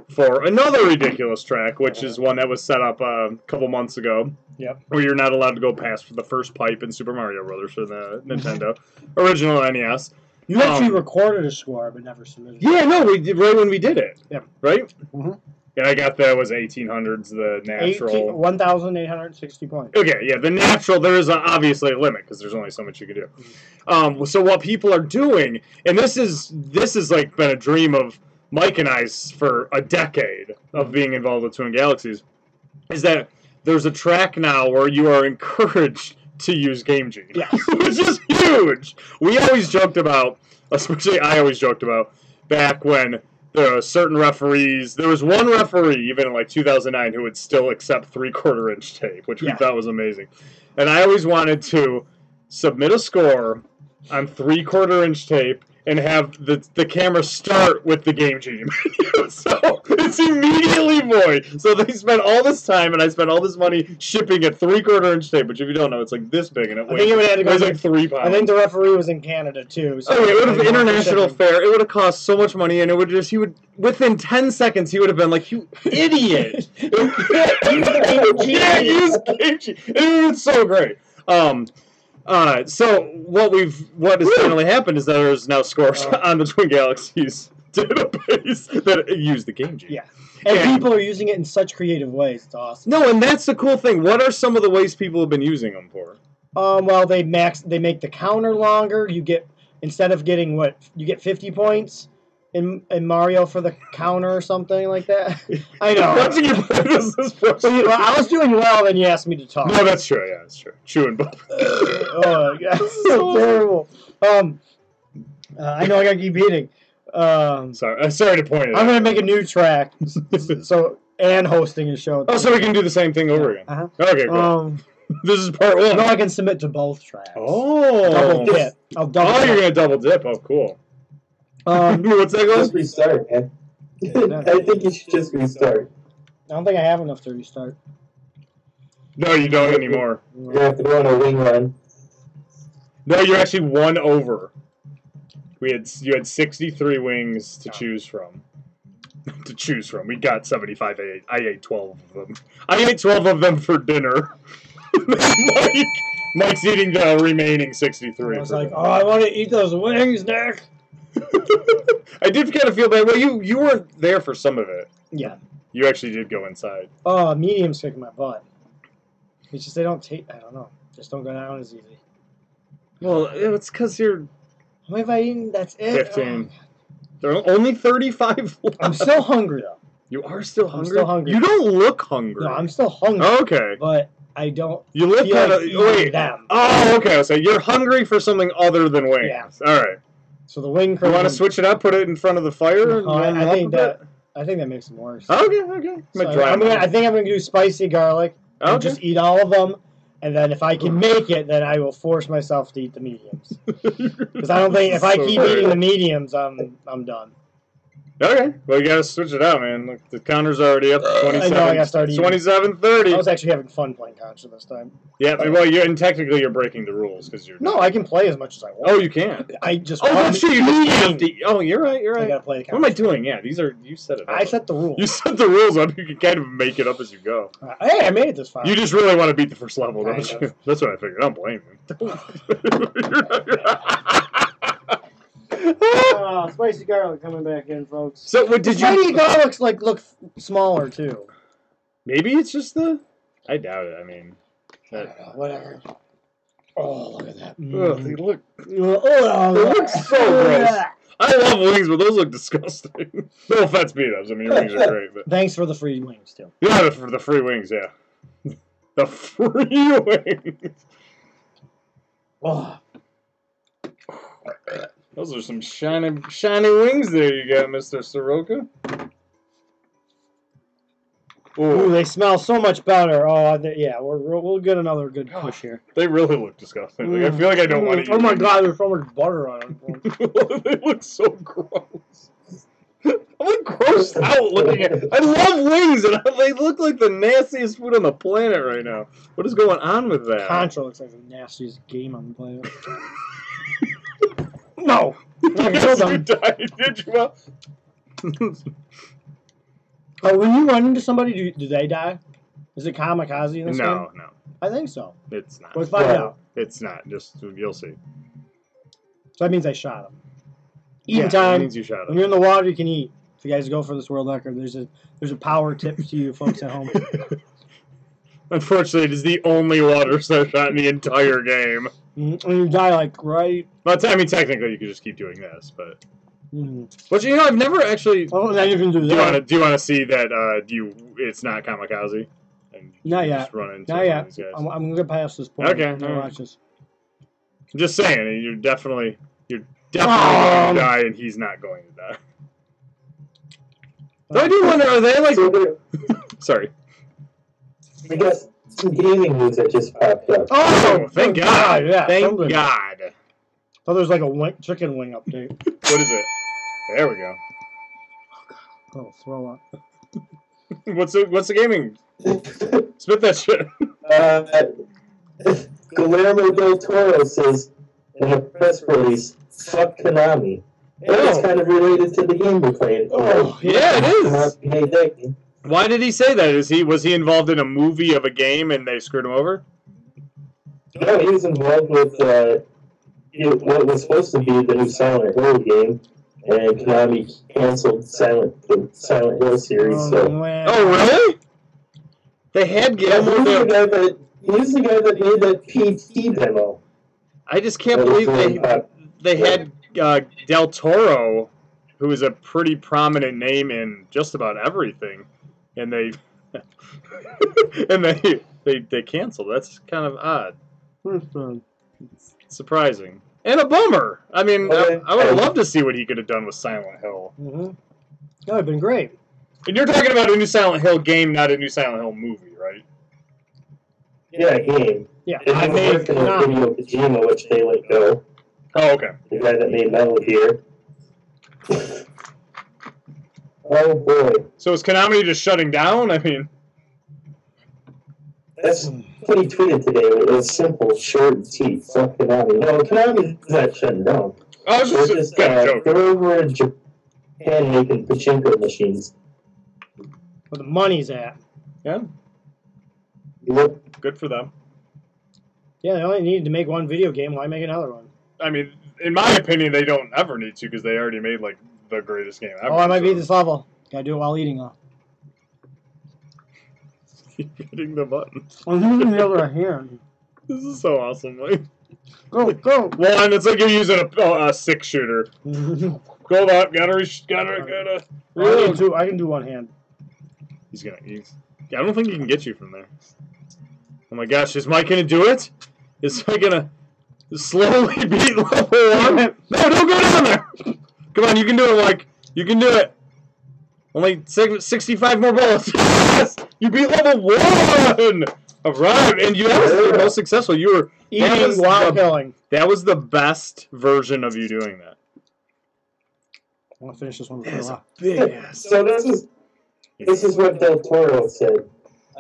for another ridiculous track, which is one that was set up uh, a couple months ago. Yep. Where you're not allowed to go past the first pipe in Super Mario Brothers for the (laughs) Nintendo original E NES. you actually Um, recorded a score but never submitted. it. Yeah, no, we did right when we did it. Yeah. Right? Mhm. Yeah, I got that was 1800s, the 18 natural. 1,860 (laughs) points. Okay, yeah, the natural, there is a, obviously a limit because there's only so much you can do. Um, so what people are doing, and this is this has like been a dream of Mike and I's for a decade of being involved with Twin Galaxies, is that there's a track now where you are (laughs) encouraged to use Game Genie, Yes. (laughs) which is huge. We always joked about, especially I always joked about back when there are certain referees. There was one referee, even in like 2009, who would still accept three quarter inch tape, which Yeah. we thought was amazing. And I always wanted to submit a score on three quarter inch tape and have the, the camera start with the game genie menu. (laughs) so it's immediately void. So they spent all this time and I spent all this money shipping a three quarter inch tape, which if you don't know, it's like this big and it I weighs. think it would have to go. weighs like three pounds. I think the referee was in Canada too. So Oh, yeah, it would have Like, been international shipping. fair. It would have cost so much money, and it would just he would within ten seconds he would have been like, "You (laughs) idiot! you can't use kimchi." It was so great. Um, uh, so what we've what has finally happened is that there's now scores Oh. on the Twin Galaxies (laughs) database that use the game genie. Yeah. And Yeah. people are using it in such creative ways. It's awesome. No, and that's the cool thing. What are some of the ways people have been using them for? Um, well, they max. They make the counter longer. You get instead of getting what you get fifty points in in Mario for the counter or something like that. (laughs) I know. Watching you play this is Well, you- frustrating. well, I was doing well, then you asked me to talk. No, that's true. Yeah, that's true. Chewing bubble. (laughs) oh, (laughs) yeah, so (laughs) terrible. Um, uh, I know I gotta keep eating. Um, Sorry, uh, sorry to point it. I'm gonna out. make a new (laughs) track. So and hosting a show. Oh, so we Oh, can do the same thing over again. Uh-huh. Okay, cool. Um, this is part one. No, I can submit to both tracks. oh. Double dip. I'll double Oh, you're dip. gonna double dip. Oh, cool. (laughs) Um, (laughs) What's that Just called? restart, man. (laughs) I think you should just restart. I don't think I have enough to restart. No, you don't anymore. You're gonna have to go on a wing run. No, you're actually one over. We had you had 63 wings to choose from. (laughs) to choose from, we got 75. I ate, I ate 12 of them. I ate 12 of them for dinner. (laughs) Mike, Mike's eating the remaining 63. I was for like, dinner. oh, I want to eat those wings, Nick. I did kind of feel bad. Well, you you weren't there for some of it. Yeah. You actually did go inside. Oh, medium's kicking my butt. It's just they don't take. I don't know. Just don't go down as easy. Well, it's because you're What have I eaten? That's it. Oh, 15. There are only 35 left. I'm still hungry though. You are still I'm hungry. still hungry. You don't look hungry. No, I'm still hungry, okay. but I don't You look feel kind like of. eating Wait. them. Oh, okay. So you're hungry for something other than wings. Yeah. All right. So the wing You curtain. want to switch it up? Put it in front of the fire. No, and Uh, I- warm I it up think a that- bit? Oh, I think that makes it worse. Okay. Okay. So Might I'm- dry I'm them gonna, out. I think I'm gonna do spicy garlic and Okay. just eat all of them, and then if I can make it, then I will force myself to eat the mediums. Because I don't think if I So keep great. eating the mediums, I'm I'm done. Okay. Well, you gotta switch it out, man. Look, the counter's already up. to I Twenty-seven. know, I gotta start eating. Twenty-seven I thirty. was actually having fun playing Contra this time. Yeah. but- Well, you're and technically you're breaking the rules because you're. No, I can play as much as I Oh, want. you can. I just Oh, want that's true. You to just have eat. to. Oh, you're right. You're I right. gotta play the What am I Contra. doing? Yeah, these are you set it. I up. set the rules. you set the rules up. You can kind of make it up as you go. Uh, hey, I made it this far. You just really want to beat the first level, don't Kind you? That's what I figured. I don't blame you. (laughs) (laughs) Uh, spicy garlic coming back in, folks. so, what Did did you? garlics like look f- smaller too? Maybe it's just the. I doubt it. I mean, I don't know, whatever. Oh, look at that. ugh, Mm. they look. Oh, It looks so gross. I love wings, but those look disgusting. (laughs) no offense, beat-ups. I mean, your wings are great, but Thanks for the free wings too. yeah, the, the free wings, yeah, (laughs) the free (laughs) wings. Oh, Those are some shiny, shiny wings there you got, Mister Soroka. ooh, Ooh, they smell so much better. Oh, they- yeah, we're, we'll we'll get another good push here. they really look disgusting. Like, I Mm. feel like I don't want Mm, to. Oh my god, there's so much butter on them. (laughs) they look so gross. (laughs) I'm like (laughs) grossed out looking at. I love wings, and (laughs) they look like the nastiest food on the planet right now. What is going on with that? Contra looks like the nastiest game on the (laughs) planet. no, I yes, killed you them. died, (laughs) did you? Well, Oh, when you run into somebody, do, do they die? Is it kamikaze in this game? no, no, I think so. it's not. Let's find Right. out. It's not. Just you'll see. So that means I shot him. Yeah, Eating it time. means you shot When you're in the water, you can eat. If you guys go for this world record, there's a there's a power tip to you folks at (laughs) home. it. Unfortunately, it is the only water (laughs) star shot in the entire game. Mm, And you die like right. But I mean, technically, you could just keep doing this, but Mm. but you know, I've never actually. Oh, now you can do Do you want to that. do you want to see that? Uh, do you? It's not kamikaze. And you Not Just run into Not one of yet. these guys. I'm, I'm gonna get past this point. Okay, Now alright. watch this. I'm just saying, you're definitely you're definitely Um. going to die, and he's not going to die. Though I do wonder, are they like? So there, Sorry. I guess some gaming news that just popped up. Oh, thank God! Yeah. (laughs) Thank something. God. Oh, there's like a wing, chicken wing update. What is it? There we go. Oh, throw up. What's the what's the gaming? Oh. (laughs) Spit that shit. (laughs) Uh, Guillermo del Toro says in a press release, "Fuck Konami." And it's kind of related to the game we played. Oh, Yeah, Oh. it is. Hey, that game. Why did he say that? Is he was he involved in a movie of a game and they screwed him over? No, he was involved with uh, it, what was supposed to be the new Silent Hill game, and Konami canceled Silent the Silent Hill series. so man. Oh really? They had yeah, Guillermo he's the del. guy that he's the guy that made that PT demo. I just can't believe they they had uh, Del Toro, who is a pretty prominent name in just about everything, and they (laughs) and they they they canceled. That's kind of odd, Listen. surprising, and a bummer. I mean, I, I would have Okay. loved to see what he could have done with Silent Hill. Mhm. That would have been great. And you're talking about a new Silent Hill game, not a new Silent Hill movie, right? Yeah, game. Yeah, It I was made working on nine. Hideo Kojima, which they let go. Oh, okay. The guy that made Metal Gear. oh boy, So is Konami just shutting down? I mean, (laughs) that's what he tweeted today. It was simple, short, and sweet. Fuck Konami. No, Konami's not shutting down. I was They're just, just kind of uh, joking. they're over in Japan making pachinko machines. where the money's at. Yep. Good for them. Yeah, they only needed to make one video game. Why make another one? I mean, in my opinion, they don't ever need to because they already made like the greatest game ever. oh, I might so- beat this level. Gotta do it while eating, though. Keep hitting the button. (laughs) I'm using the other hand. (laughs) This is so awesome. Like, Go, go. well, and it's like you're using a, a, a six shooter. Go up, gotta, reach, gotta, gotta. I can do. I can do one hand. He's gonna. He's, I don't think he can get you from there. Oh my gosh, is Mike gonna do it? Is Mike gonna slowly (laughs) beat level one? No, don't go down there. Come on, you can do it, Mike. You can do it. Only six- 65 more bullets. (laughs) Yes, you beat level one. All right, and you that was the most successful. You were That Eating is while the- killing. that was the best version of you doing that. I want to finish this one. That is before a big ass. So this is this is what Del Toro said.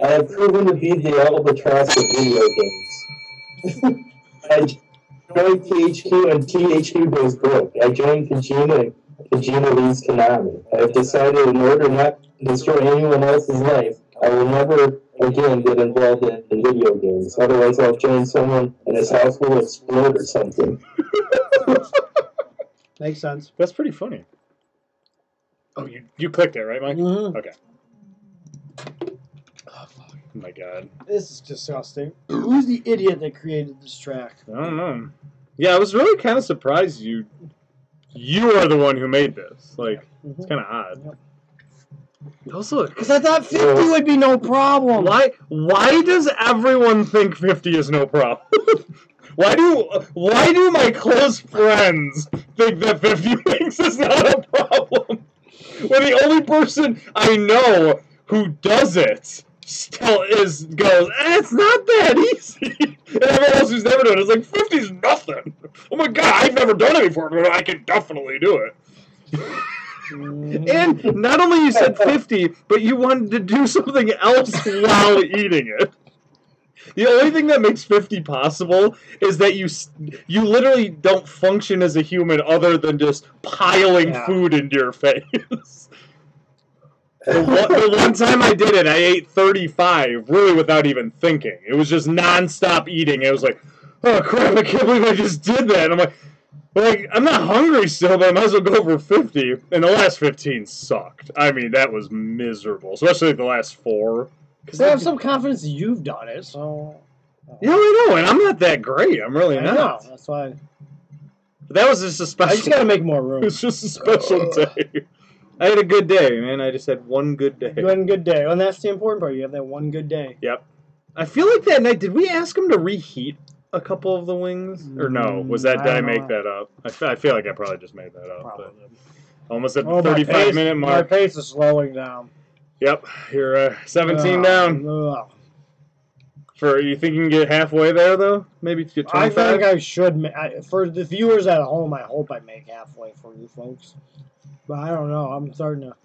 I have proven to be the albatross of video games. (laughs) I joined THQ and THQ goes broke. I joined Kojima and Kojima leaves Konami. I have decided in order not to destroy anyone else's life, I will never again get involved in, in video games. Otherwise I'll join someone and his house will explode or something. Makes sense. That's pretty funny. Oh, you you clicked it right, Mike? Mhm. Oh, fuck. Oh my god. This is disgusting. Who's the idiot that created this track? I don't know. Yeah, I was really kind of surprised you. You are the one who made this. Like, it's kind of odd. Also, Because I thought 50 would be no problem. why why does everyone think fifty is no problem? (laughs) why do why do my close friends think that fifty (laughs) thinks is not a problem? When the only person I know who does it still is goes, "Eh, it's not that easy. (laughs) and everyone else who's never done it is like 50's nothing. Oh my god, I've never done it before, but I can definitely do it. Mhm. And not only you said 50, but you wanted to do something else while eating it. The only thing that makes 50 possible is that you s- you literally don't function as a human other than just piling Yeah. food into your face. The one, the one time I did it, I ate 35 really without even thinking. It was just nonstop eating. It was like, oh crap, I can't believe I just did that. And I'm like, well, like, I'm not hungry still, but I might as well go for 50. And the last 15 sucked. I mean, that was miserable, especially the last four. Because I have some confidence that you've done it, so. Yeah, I know, and I'm not that great. I'm really I know. not. That's why. But that was just a special. I just gotta make Oh. more (laughs) it room. was just a special day. I had a good day, man. I just had one good day. You had a good day, and that's the important part. You have that one good day. Yep. I feel like that night, did we ask him to reheat a couple of the wings? Or no? Mm, Was that I did I don't make know. that up? I, fe- I feel like I probably just made that up. But Probably. almost at the Oh, my 35 pace- minute My mark. pace is slowing down. Yep, you're uh, 17 Ugh, down. ugh. For you think you can get halfway there though? Maybe get I 25. think I should. Ma- I, for the viewers at home, I hope I make halfway for you folks. But I don't know. I'm starting to.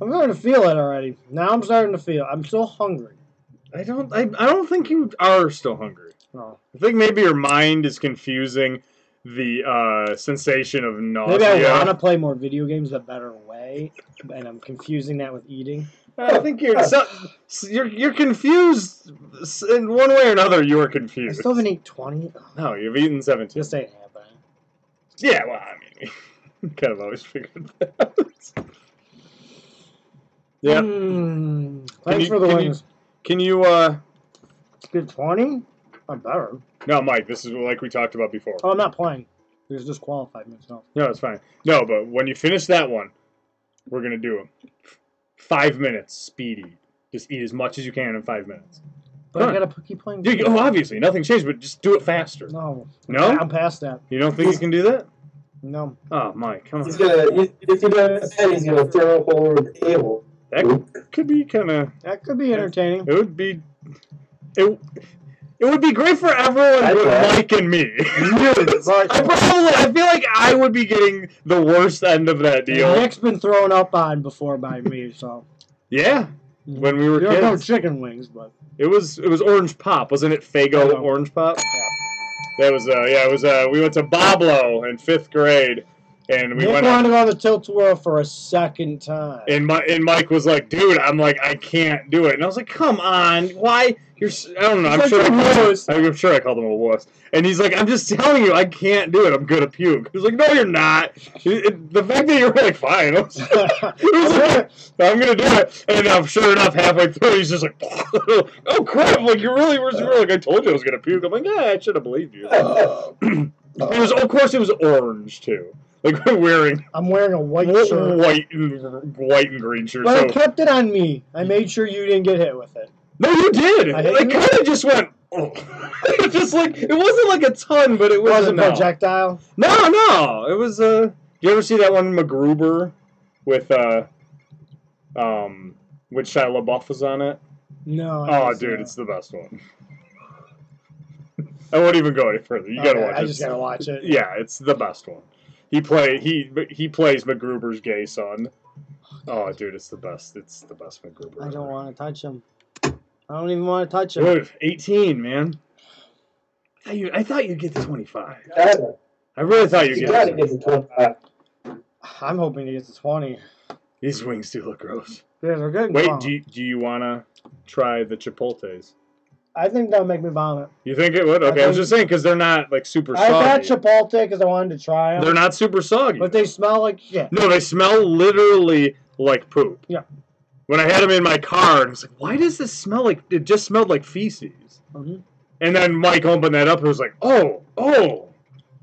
I'm starting to feel it already. Now I'm starting to feel. I'm still hungry. I don't. I, I don't think you are still hungry. Oh. I think maybe your mind is confusing the uh, sensation of nausea. Maybe I want to play more video games the better way, and I'm confusing that with eating. I think you're so, so you're you're confused S- in one way or another. You are I confused. still haven't eaten 20. Ugh, No, you've eaten 17. This ain't happening. Yeah, well, I mean, (laughs) kind of always figured that. out. Yeah. Mm, Can thanks you- for the can you- wings. Can you? uh Good 20? I'm better. No, Mike. This is like we talked about before. Oh, I'm not playing. There's disqualified myself. No, it's fine. No, but when you finish that one, we're gonna do it. Five minutes, speedy. Just eat as much as you can in five minutes. But Huh. I gotta keep playing. Dude, video oh, games. obviously, nothing's changed, but just do it faster. No. No? I'm past that. You don't think you can do that? No. Oh, Mike, come He's on. gonna if if he does that he's gonna throw up all over the table. That could be kind of. That could be entertaining. It would be. It. It would be great for everyone I but bet. Mike and me. Mark. I probably, I feel like I would be getting the worst end of that deal. Nick's been thrown up on before by me, so Yeah, when we were there are no kids, chicken wings, but it was it was orange pop, wasn't it? I Fago know. orange pop. That was uh yeah it was uh we went to Bablo in fifth grade, and we Nick went on, wanted on the tilt world for a second time. (laughs) and my and Mike was like, dude, I'm like I can't do it, and I was like, come on, why you're s- I don't know, I'm He's sure like I a called, wuss. him- I'm sure I called him a wuss, and he's like, I'm just telling you, I can't do it, I'm gonna puke. He's like, no, you're not. It- it- the fact that you were like fine, I was, he was like, I'm gonna do it, and um, sure enough, halfway through, he's just like, (laughs) oh crap, like you really were you were like I told you I was gonna puke. I'm like, yeah, I should have believed you. Uh, It was, of course, it was orange too. Like (laughs) we're wearing I'm wearing a white white, (laughs) shirt. white, and- white and green shirts. But I So. kept it on me. I made sure you didn't get hit with it. No, you did. I I, hit you? kind of just went. "Oh." (laughs) It just like it wasn't like a ton, but it It was was a enough. projectile. No, no, it was. Uh, you ever see that one MacGruber with uh, um, with Shia LaBeouf was on it? No. I Oh, wasn't. dude, it's the best one. I won't even go any further. You gotta Okay, watch I it. just gotta watch it. Yeah, it's the best one. He play he he plays MacGruber's gay son. Oh, dude, it's the best. It's the best MacGruber. I don't want to touch him. I don't even want to touch him. Dude, eighteen, man. I thought you- I thought you'd get to twenty five. Gotta- I really thought you'd You get. gotta To get 25. to 25. I'm hoping he gets a 20. Yeah, These wings do look gross. they're good. and Wait, strong. do you, do you wanna try the chipotles? I think that'll make me vomit. You think it would? I Okay, I, think- was just saying because they're not like super I got soggy. Chipotle because I wanted to try them. They're not super soggy. But they smell like shit. No, they smell literally like poop. Yeah. When I had them in my car, I was like, why does this smell like it just smelled like feces? Mhm. And then Mike opened that up and was like, oh, oh.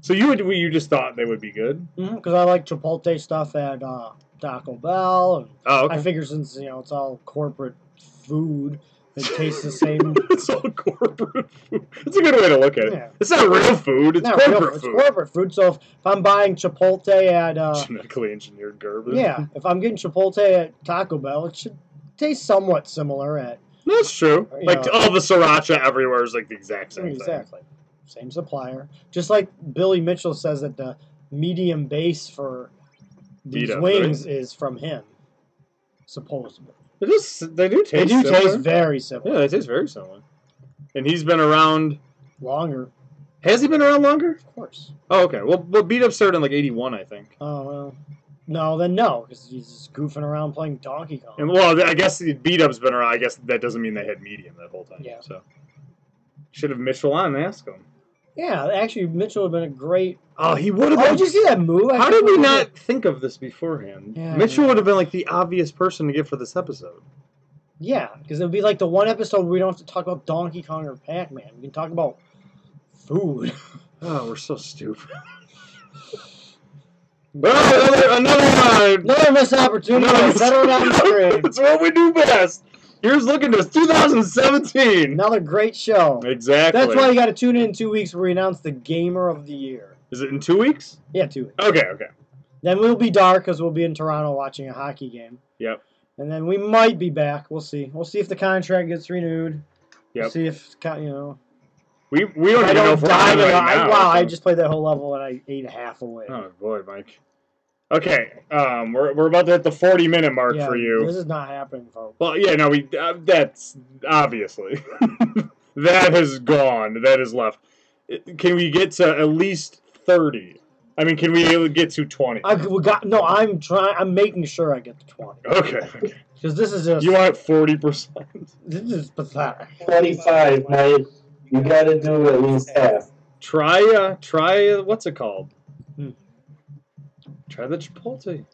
So you would, you just thought they would be good? Because Mm-hmm, I like Chipotle stuff at uh, Taco Bell. And Oh, okay. I figure since, you know, it's all corporate food, it tastes the (laughs) same. (laughs) it's all corporate food. It's a good way to look at it. Yeah. It's not real food, it's No, real- corporate It's food. corporate food. So if, if I'm buying Chipotle at, uh, Genetically engineered garbage. yeah, if I'm getting Chipotle at Taco Bell, it should taste somewhat similar at That's true. You Like know. all the sriracha everywhere is like the exact same thing. Exactly. Same supplier. Just like Billy Mitchell says that the medium base for these Vita, wings is from him, supposedly. They, just, they do taste They do similar. taste very similar. Yeah, they taste very similar. And he's been around. Longer, Has he been around longer? of course. Oh, okay. Well, well beat up started in like '81, I think. Oh, well. No, then no, because he's just goofing around playing Donkey Kong. And well, I guess the beat up's been around. I guess that doesn't mean they had medium that whole time. Yeah. So should have Mitchell on and asked him. yeah, actually, Mitchell would have been a great. Oh, he would have. Oh, been. did (laughs) you see that move? I How did can't we believe it. not think of this beforehand? Yeah, Mitchell yeah. would have been like the obvious person to get for this episode. Yeah, because it'd be like the one episode where we don't have to talk about Donkey Kong or Pac Man. We can talk about food. (laughs) Oh, we're so stupid. (laughs) well, another another uh, Another missed opportunity. No, Settle down the screen. It's what we do best. Here's looking to 2017. Another great show. Exactly. That's why you got to tune in two weeks where we announce the Gamer of the Year. Is it in two weeks? Yeah, two weeks. Okay, okay. Then we'll be dark because we'll be in Toronto watching a hockey game. Yep. And then we might be back. We'll see. We'll see if the contract gets renewed. We'll Yep. see if, co- you know. We we don't I even know don't if we're die on to right the- I- now, Wow, I so- just played that whole level and I ate half away. Oh boy, Mike. Okay, um, we're we're about to hit the 40 minute mark Yeah, for you. This is not happening, folks. Well, yeah, no, we uh, that's obviously (laughs) that has gone. That is left. It- Can we get to at least 30? I mean, can we get to 20? I we got no. I'm trying. I'm making sure I get the twenty Okay, (laughs) okay. because this is just You want 40 percent? this is pathetic. 25, Mike. You gotta do at least half. Try uh, try uh, what's it called? Hmm. Try the Chipotle.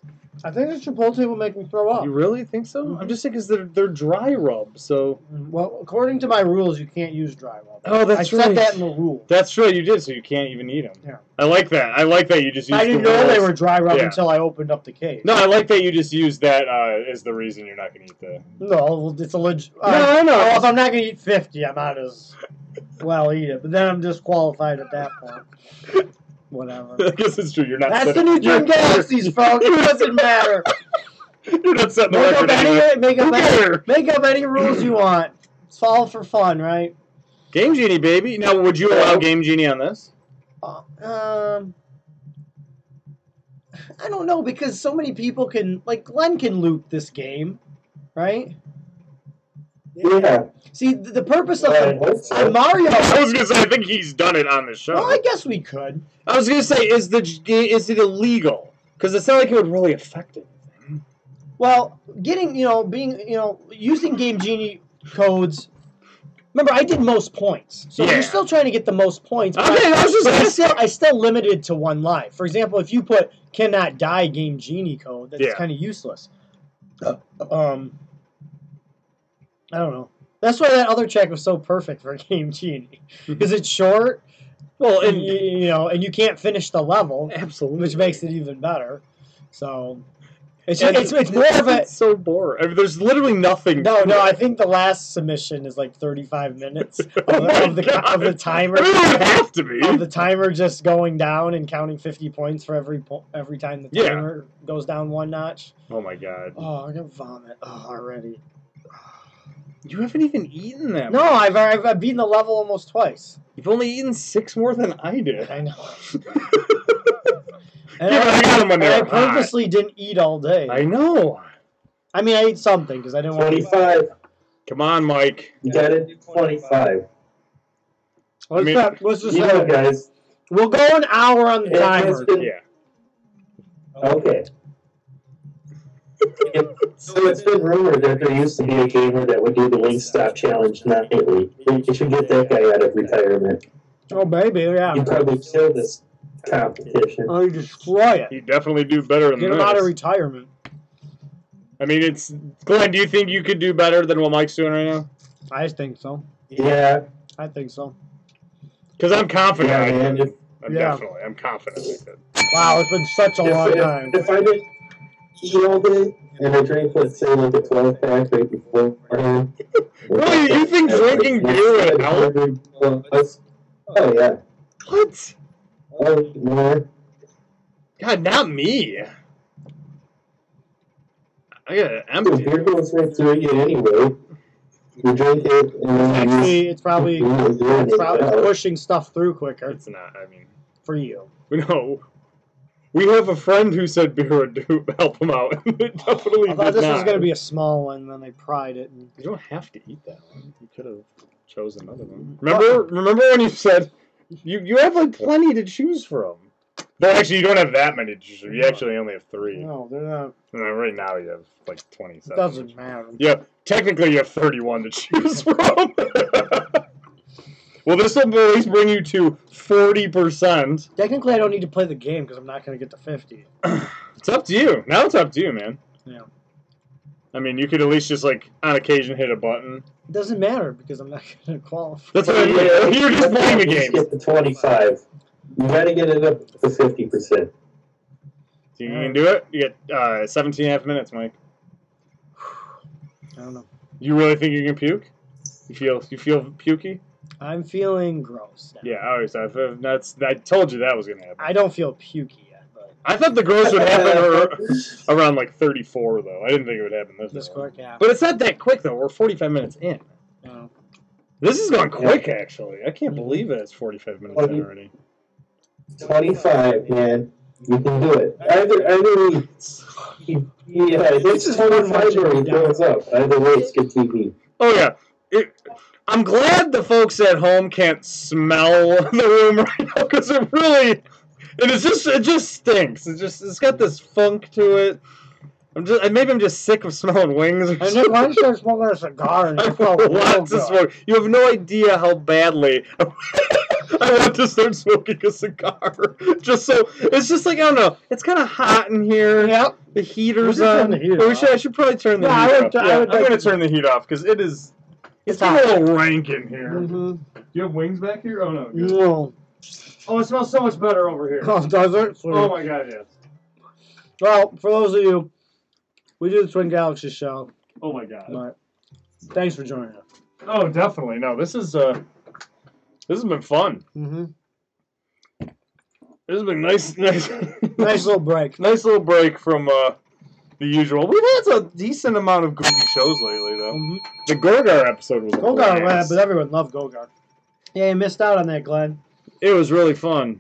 I think the Chipotle will make me throw up. You really think so? I'm just saying because they're they're dry rub. So Well, according to my rules, you can't use drywall. Oh, that's I right. said that in the rule. that's right. You did. So you can't even eat them. Yeah. I like that. I like that you just. Used I didn't the know they rules. were dry rub Yeah. until I opened up the case. No, I like that you just used that uh, as the reason you're not gonna eat the. (laughs) no, it's a legit. uh, No, I know. Well, if I'm not gonna eat fifty, I might as well eat it. But then I'm disqualified at that point. (laughs) Whatever. I guess it's true. You're not. That's the setting, new Dream you're, Galaxies, folks. It doesn't matter. You're not setting the Make up record. anyway. any, make Who up any, cares? make up any rules you want. It's all for fun, right? Game Genie, baby. Now, would you allow Game Genie on this? Um, I don't know because so many people can like Glenn can loot this game, right? Yeah. See, the, the purpose of I the, hope so. on Mario. I was gonna say, I think he's done it on the show. Well, I guess we could. I was gonna say, is the is it illegal? Because it's not like it would really affect it. Well, getting you know being you know using Game Genie codes. Remember, I did most points, so Yeah. you're still trying to get the most points. but Okay, I was just but I asking. still, I still limited to one life. For example, if you put "cannot die" Game Genie code, that's Yeah. kind of useless. Um, I don't know. That's why that other check was so perfect for (laughs) Game Genie Mm-hmm. because it's short. Well, and you, you know, and you can't finish the level, Absolutely. which makes it even better. So it's And (laughs) it's, it's more of a It's so boring. I mean, there's literally nothing. no, to no. it. (laughs) I (laughs) think the last submission is like 35 minutes of the, Oh my of the, of the God. timer I mean, it would have to be. of the timer just going down and counting 50 points for every po- every time the Yeah. timer goes down one notch. Oh my god. Oh, I'm gonna vomit oh, already. You haven't even eaten that. No, much. I've, I've I've beaten the level almost twice. You've only eaten six more than I (laughs) did. I know. And Yeah, but I got them and when they I were hot. purposely didn't eat all day. I I, know. mean, I ate something because I didn't want to. 25. Come on, Mike. You got it? 25. Let's I mean- not- let's just You know, guys. we'll go an hour on the It has timer. been Yeah. Okay. It- so it's been rumored that there used to be a gamer that would do the Wingstop challenge nightly. You you should get that guy out of retirement. Oh baby, yeah. You probably kill this competition. Oh, you destroy it. You definitely do better than Get him this. out of retirement. I mean, it's Glenn. Do you think you could do better than what Mike's doing right now? I think so. Yeah, I think so. Because I'm yeah, confident. I man. could. If, I'm Yeah. definitely. I'm confident. I could. Wow, it's been such a if, long if- time. if I did eat all day and I drank, let's say, like a 12 pack right beforehand. Really? You think drinking beer would help? Oh, yeah. What? Oh, more. God, not me. I got an The empty. beer goes right through you anyway. You drink it and then you Actually, it's probably You know, you're in it's it probably now. pushing stuff through quicker It's not. I mean, for you. we know. We have a friend who said beer would do, (laughs) help him out. it definitely I thought did this not. was going to be a small one, then I pried it. And... You don't have to eat that one. You could have chose another one. Remember, remember when you said you you have like plenty to choose from. No, actually, you don't have that many. To choose from. You actually only have three. No, they're not. And then right now, you have like It twenty-seven. doesn't matter. Yeah, technically, you have thirty-one to (laughs) choose from. well, this will at least bring you to forty percent. Technically, I don't need to play the game because I'm not going to get to 50. It's up to you. Now it's up to you, man. Yeah. I mean, you could at least just like on occasion hit a button. It doesn't matter because I'm not (laughs) going to qualify. That's what I mean. You're just playing the game. Get the 25. You gotta get it up to 50%. So you can do it. You get uh, 17 and a half minutes, Mike. I don't know. You really think you can puke? You feel you feel pukey? I'm feeling gross. now. Yeah, I always have. uh, That's I told you that was gonna happen. I don't feel pukey yet, but I thought the gross would happen (laughs) ar- around like 34 though. I didn't think it would happen this, this early. quick, yeah. But it's not that quick though. We're 45 minutes in. I don't know. This is going quick actually. I can't Mhm. believe that it's 45 minutes in Mhm. already. 25, man. You can do it. Either, either we. Yeah, it's just 25 or it goes up. Either way, it's good TV. Oh yeah. It, I'm glad the folks at home can't smell (laughs) the room right now because it really, and it's just it just stinks. It's just it's got this funk to it. I'm just maybe I'm just sick of smelling wings. Or And then something. why did I smoking a cigar? And (laughs) I it felt real want lots of good. smoke. You have no idea how badly (laughs) I want to start smoking a cigar. (laughs) Just so it's just like I don't know. It's kind of hot in here. Yep. The heater's We should turn on. the heater But we should, off. I should probably turn the Yeah, I heat would- off. I would I'm like gonna to- turn the heat off because it is. It's It's getting hot. a little rank in here. hmm Do you have wings back here? Oh no. good. No. Oh, it smells so much better over here. Oh, does it? Oh my god, yes. Well, for those of you, we do the Twin Galaxies show. Oh my god. But thanks for joining us. Oh, definitely. No, this is uh, this has been fun. Mm-hmm. This has been nice, nice, (laughs) Nice little break. nice little break from uh, the usual. We've had a decent amount of goofy shows lately, though. Mm-hmm. The Gorgar episode was a Gogar, blast. yeah, but everyone loved Gogar. Yeah, you missed out on that, Glenn. It was really fun.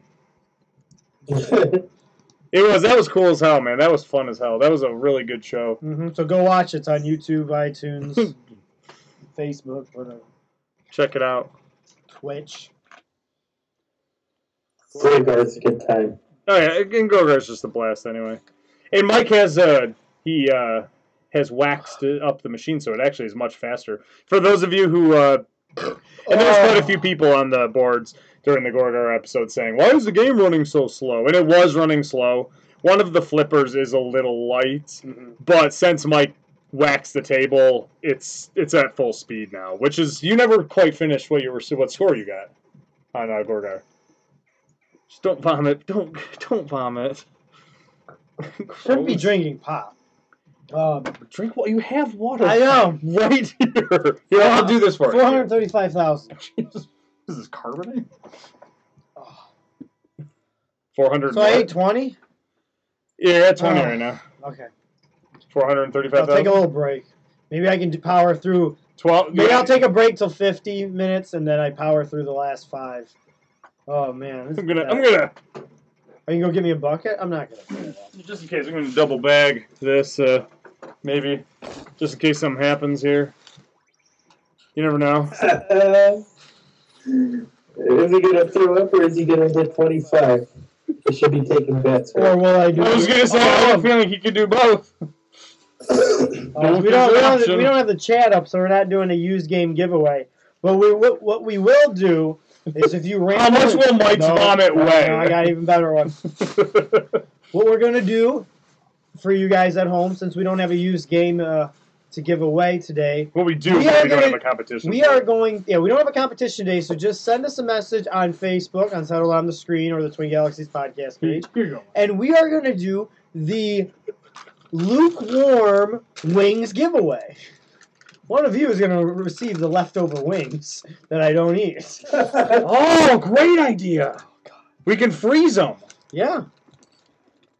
That's It was that was cool as hell, man. That was fun as hell. That was a really good show. hmm So go watch it. It's on YouTube, iTunes, (laughs) Facebook, whatever, Check it out. Twitch. Great guys, good time. (laughs) Oh yeah, and Gogar's just a blast anyway. And Mike has uh he uh has waxed it up the machine so it actually is much faster. For those of you who uh and there's quite a few people on the boards during the Gorgar episode saying, Why is the game running so slow? And it was running slow. One of the flippers is a little light, Mhm. but since Mike waxed the table, it's it's at full speed now, which is you never quite finished what you were what score you got on uh, Gorgar. Just don't vomit. Don't don't vomit. Shouldn't be Gross. drinking pop. Um, Drink water. You have water. I know. Right (laughs) here. Here, I'll do this for you. Four hundred thirty-five thousand. Jesus. This is (sighs) carbonate? 400. So I ate twenty. yeah, you're at 20 Oh. right now. Okay. I'll take a 435,000. little break. Maybe I can do- power through. 12. Maybe I'll take a break till fifty minutes, and then I power through the last five. Oh man, this I'm is gonna, I'm bad. gonna, Are you gonna give me a bucket? I'm not gonna. do that. just in case, I'm gonna double bag this, uh, maybe, just in case something happens here. You never know. is he gonna throw up or is he gonna hit 25? He should be taking bets. Or Right? will I do? Um, I was gonna say, I have a feeling he could do both. Uh, we, don't, we, Option. don't, we don't have the chat up, so we're not doing a used game giveaway. But we wi- what we will do is if you (laughs) How randomly much will Mike's No, vomit no, weigh? no, I got an even better one. What we're gonna do for you guys at home, since we don't have a used game uh, to give away today, (laughs) what we do, We but are we don't have gonna- a competition. we for are it. going. Yeah, we don't have a competition today, so just send us a message on Facebook on Settle on the Screen or the Twin Galaxies podcast page, Here you go. and we are gonna do the lukewarm wings giveaway. One of you is gonna receive the leftover wings that I don't eat. (laughs) Oh, great idea. We can freeze them. Yeah,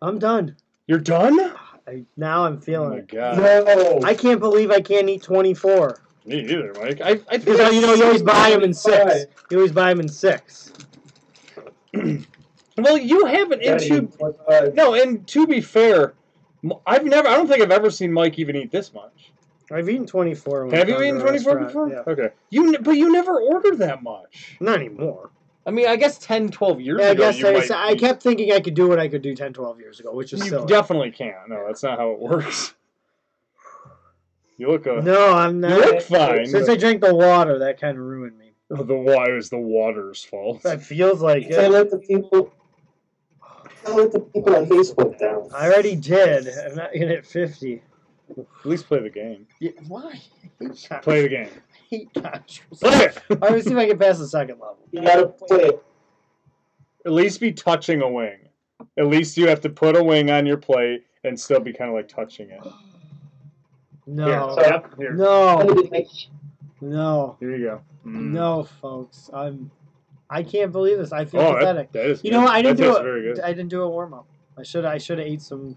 I'm done. You're done? I, now I'm feeling it. Oh god. no. I can't believe I can't eat 24. Me either, Mike. I, I think Because I, you know you always buy them in six. Right. You always buy them in six. Well, you have an Gotta issue. eat 25. No, and to be fair, M- I've never. I don't think I've ever seen Mike even eat this much. I've eaten 24. when Have we've you gone eaten to a twenty four restaurant. before? Yeah. Okay. You, n- but you never order that much. Not anymore. I mean, I guess 10, 12 years Yeah, I ago, guess you I, might so I eat- kept thinking I could do what I could do 10, 12 years ago, which You is silly. definitely can't. No, that's not how it (laughs) works. You look a. No, I'm You look not. fine. Since I drank the water, that kind of ruined me. Oh, the water is the water's fault. That feels like You can't it. let the people. you can't let the people on Facebook down. I already did. I'm not in at 50. At least play the game. Yeah, why? (laughs) I hate con- Play the game. I hate controls. (laughs) Play it. All right, let's see if I can pass the second level. You gotta play it. At least be touching a wing. At least you have to put a wing on your plate and still be kind of like touching it. No. Here, yep, here. No. Gotta be like, No. Here you go. Mm. No, folks, I'm. I can't believe this. I feel Oh, pathetic. that, that is. You good. know, what? I didn't that do tastes a, Very good. I didn't do a warm up. I should. I should have ate some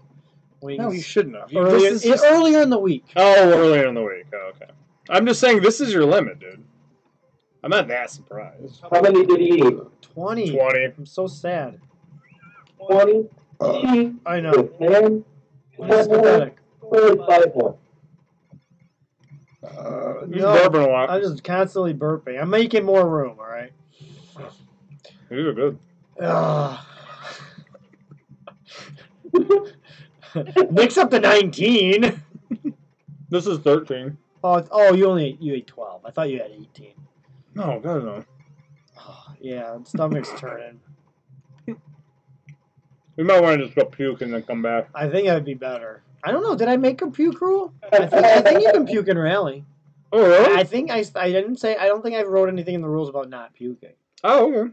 wings. No, you shouldn't have. You- this earlier, is i- just- earlier in the week. oh, earlier in the week. Oh, okay. I'm just saying this is your limit, dude. I'm not that surprised. How many did he eat? 20. Twenty. I'm so sad. 20? Gee, I know. Man, This is pathetic. Only five more. He's no, burping a lot. I'm just constantly burping. I'm making more room. All right. These are good. Ugh. Nick's up to 19. (laughs) This is thirteen. Oh, it's- oh, you only you ate 12. I thought you had 18. No, God no. Oh, yeah, (laughs) stomach's turning. We might want to just go puke and then come back. I think I'd be better. I don't know. Did I make him puke rule? I think, I think you can puke and rally. Oh, really? I think I, I didn't say. I don't think I wrote anything in the rules about not puking. oh, (laughs) okay.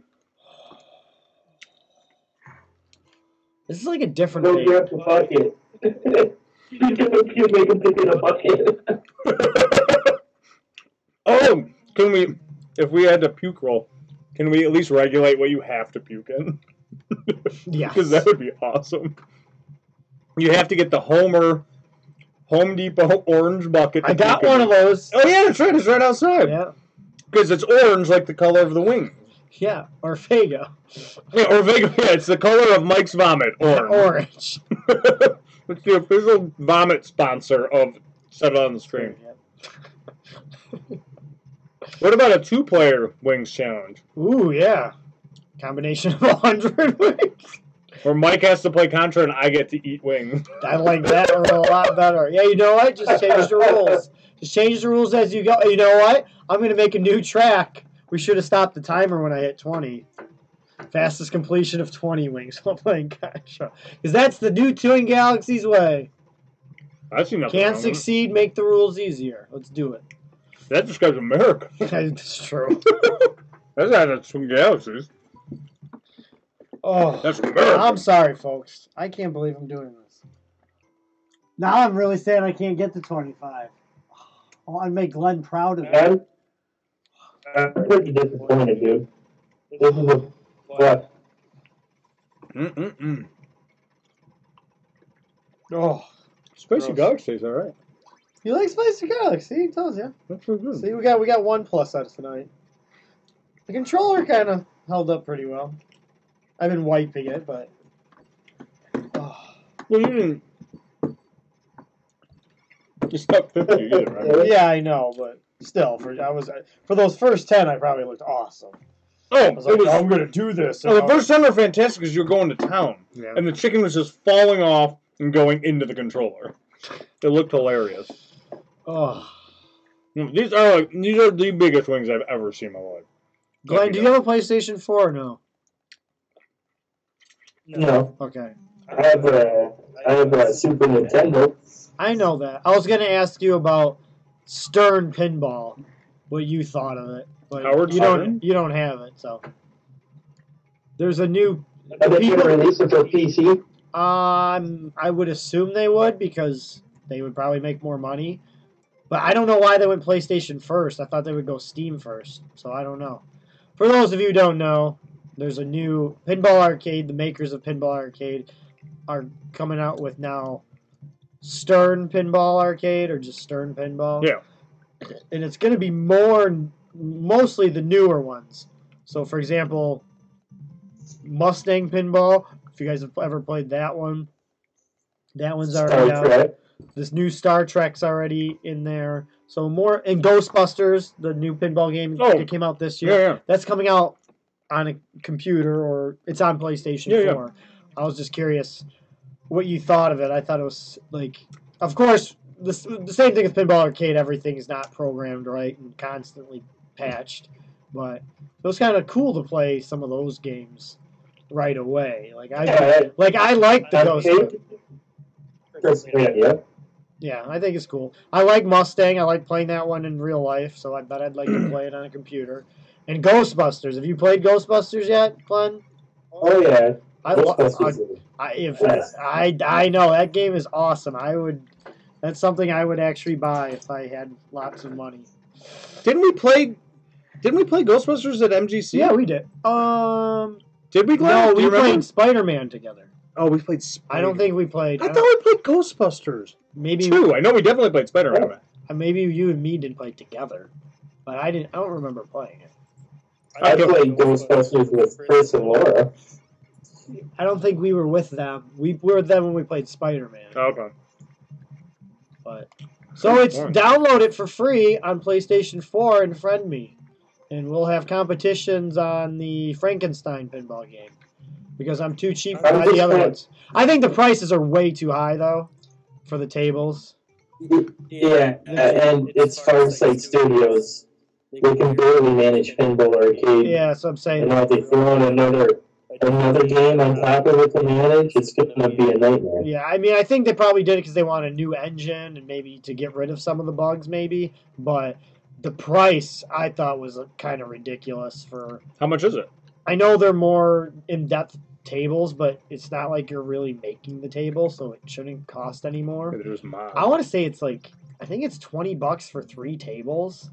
This is like a different No, thing. grab the bucket. you can you make him pick in a bucket. oh, can we? If we had to puke roll, can we at least regulate what you have to puke in? Yeah. Because that would be awesome. You have to get the Homer Home Depot orange bucket. I to Oh, got puke in. one of those. Oh yeah, that's right. It's right outside. Yeah. because it's orange like the color of the wing. Yeah, or Fago. Yeah, or Vega, yeah, it's the color of Mike's vomit, orange. Orange. (laughs) it's the official vomit sponsor of Set It on the Screen. What about a two player wings challenge Ooh, yeah. Combination of a (laughs) 100 wings. where Mike has to play Contra and I get to eat wings? (laughs) I like that one a lot better. Yeah, you know what? Just change the rules. Just change the rules as you go. You know what? I'm going to make a new track. We should have stopped the timer when I hit 20. Fastest completion of 20 wings (laughs) while playing Contra. Because that's the new Twin Galaxies way. I've seen nothing. Can't wrong with succeed, make the rules easier. Let's do it. (laughs) it. That describes America. That's true. That's out of some galaxies. Oh. That's America. I'm sorry, folks. I can't believe I'm doing this. Now I'm really sad I can't get to 25. I want to make Glenn proud of me. I'm, I'm pretty disappointed, dude. This is a what? Mm-mm-mm. Oh, Spicy Gross. Galaxy's alright. you like Spicy Galaxy? He tells you. That's pretty good. See, we got we got one plus out of tonight. The controller kind of held up pretty well. I've been wiping it, but oh. Well, you didn't. You stuck 50 either, right? oh. yeah, I know, but still, for I was for those first ten, I probably looked awesome. Oh, I was like, it was. I'm gonna do this. no, the and I was- first time were fantastic because you were going to town, Yeah. and the chicken was just falling off and going into the controller. It looked hilarious. Mm, Oh. These are like these are the biggest wings I've ever seen in my life. Glenn, do you have a PlayStation 4 or no? No, Okay. I have a I have a Super Nintendo. I know that. I was going to ask you about Stern Pinball, what you thought of it, but Howard you Stern? don't you don't have it, so there's a new Are they gonna release it for PC? um I would assume they would because they would probably make more money. But I don't know why they went PlayStation first. I thought they would go Steam first. So I don't know. For those of you who don't know, there's a new Pinball Arcade, the makers of Pinball Arcade are coming out with now Stern Pinball Arcade or just Stern Pinball. Yeah. And it's going to be more mostly the newer ones. So for example, Mustang Pinball, if you guys have ever played that one, that one's already Star out Trek. this new Star Trek's already in there. So more and Ghostbusters, the new pinball game Oh. that came out this Yeah, year, yeah. that's coming out on a computer or it's on PlayStation Yeah, yeah. 4. I was just curious what you thought of it. I thought it was like, of course, the, s- the same thing with Pinball Arcade. Everything is not programmed right and constantly patched, but it was kind of cool to play some of those games right away. Like I, Yeah, like I like the Ghost. That's a great idea. Yeah, I think it's cool. I like Mustang. I like playing that one in real life, so I bet I'd like (clears throat) to play it on a computer. And Ghostbusters. Have you played Ghostbusters yet, Glenn? Oh yeah, I, lo- I, Ghostbusters. I, if, Yes. I, I know that game is awesome. I would. That's something I would actually buy if I had lots of money. Didn't we play? Didn't we play Ghostbusters at MGC? Yeah, we did. Um, Did we? Glenn? no, Do we you remember? played Spider Man together. Oh, we played. I don't think we played. I I thought don't- we played Ghostbusters. maybe Two. I know we definitely played Spider Man. maybe you and me did play together, but I didn't. I don't remember playing it. I played Ghostbusters with Chris and Laura. I don't think we were with them. We were with them when we played Spider Man. Okay. But so it's Alright. download it for free on PlayStation 4 and friend me, and we'll have competitions on the Frankenstein pinball game because I'm too cheap to I'm buy the just other gonna- ones. I think the prices are way too high though for the tables. Yeah, and it's Firesight Studios. They can barely manage Pinball Arcade. Yeah, so I'm And saying. now if they throw in another another game on top of it to manage. It's gonna be a nightmare. Yeah, I mean, I think they probably did it because they want a new engine and maybe to get rid of some of the bugs, maybe. But the price I thought was kind of ridiculous for How much is it? I know they're more in depth tables, but it's not like you're really making the table, so it shouldn't cost any more. Maybe there's mine. I want to say it's like I think it's twenty bucks for three tables.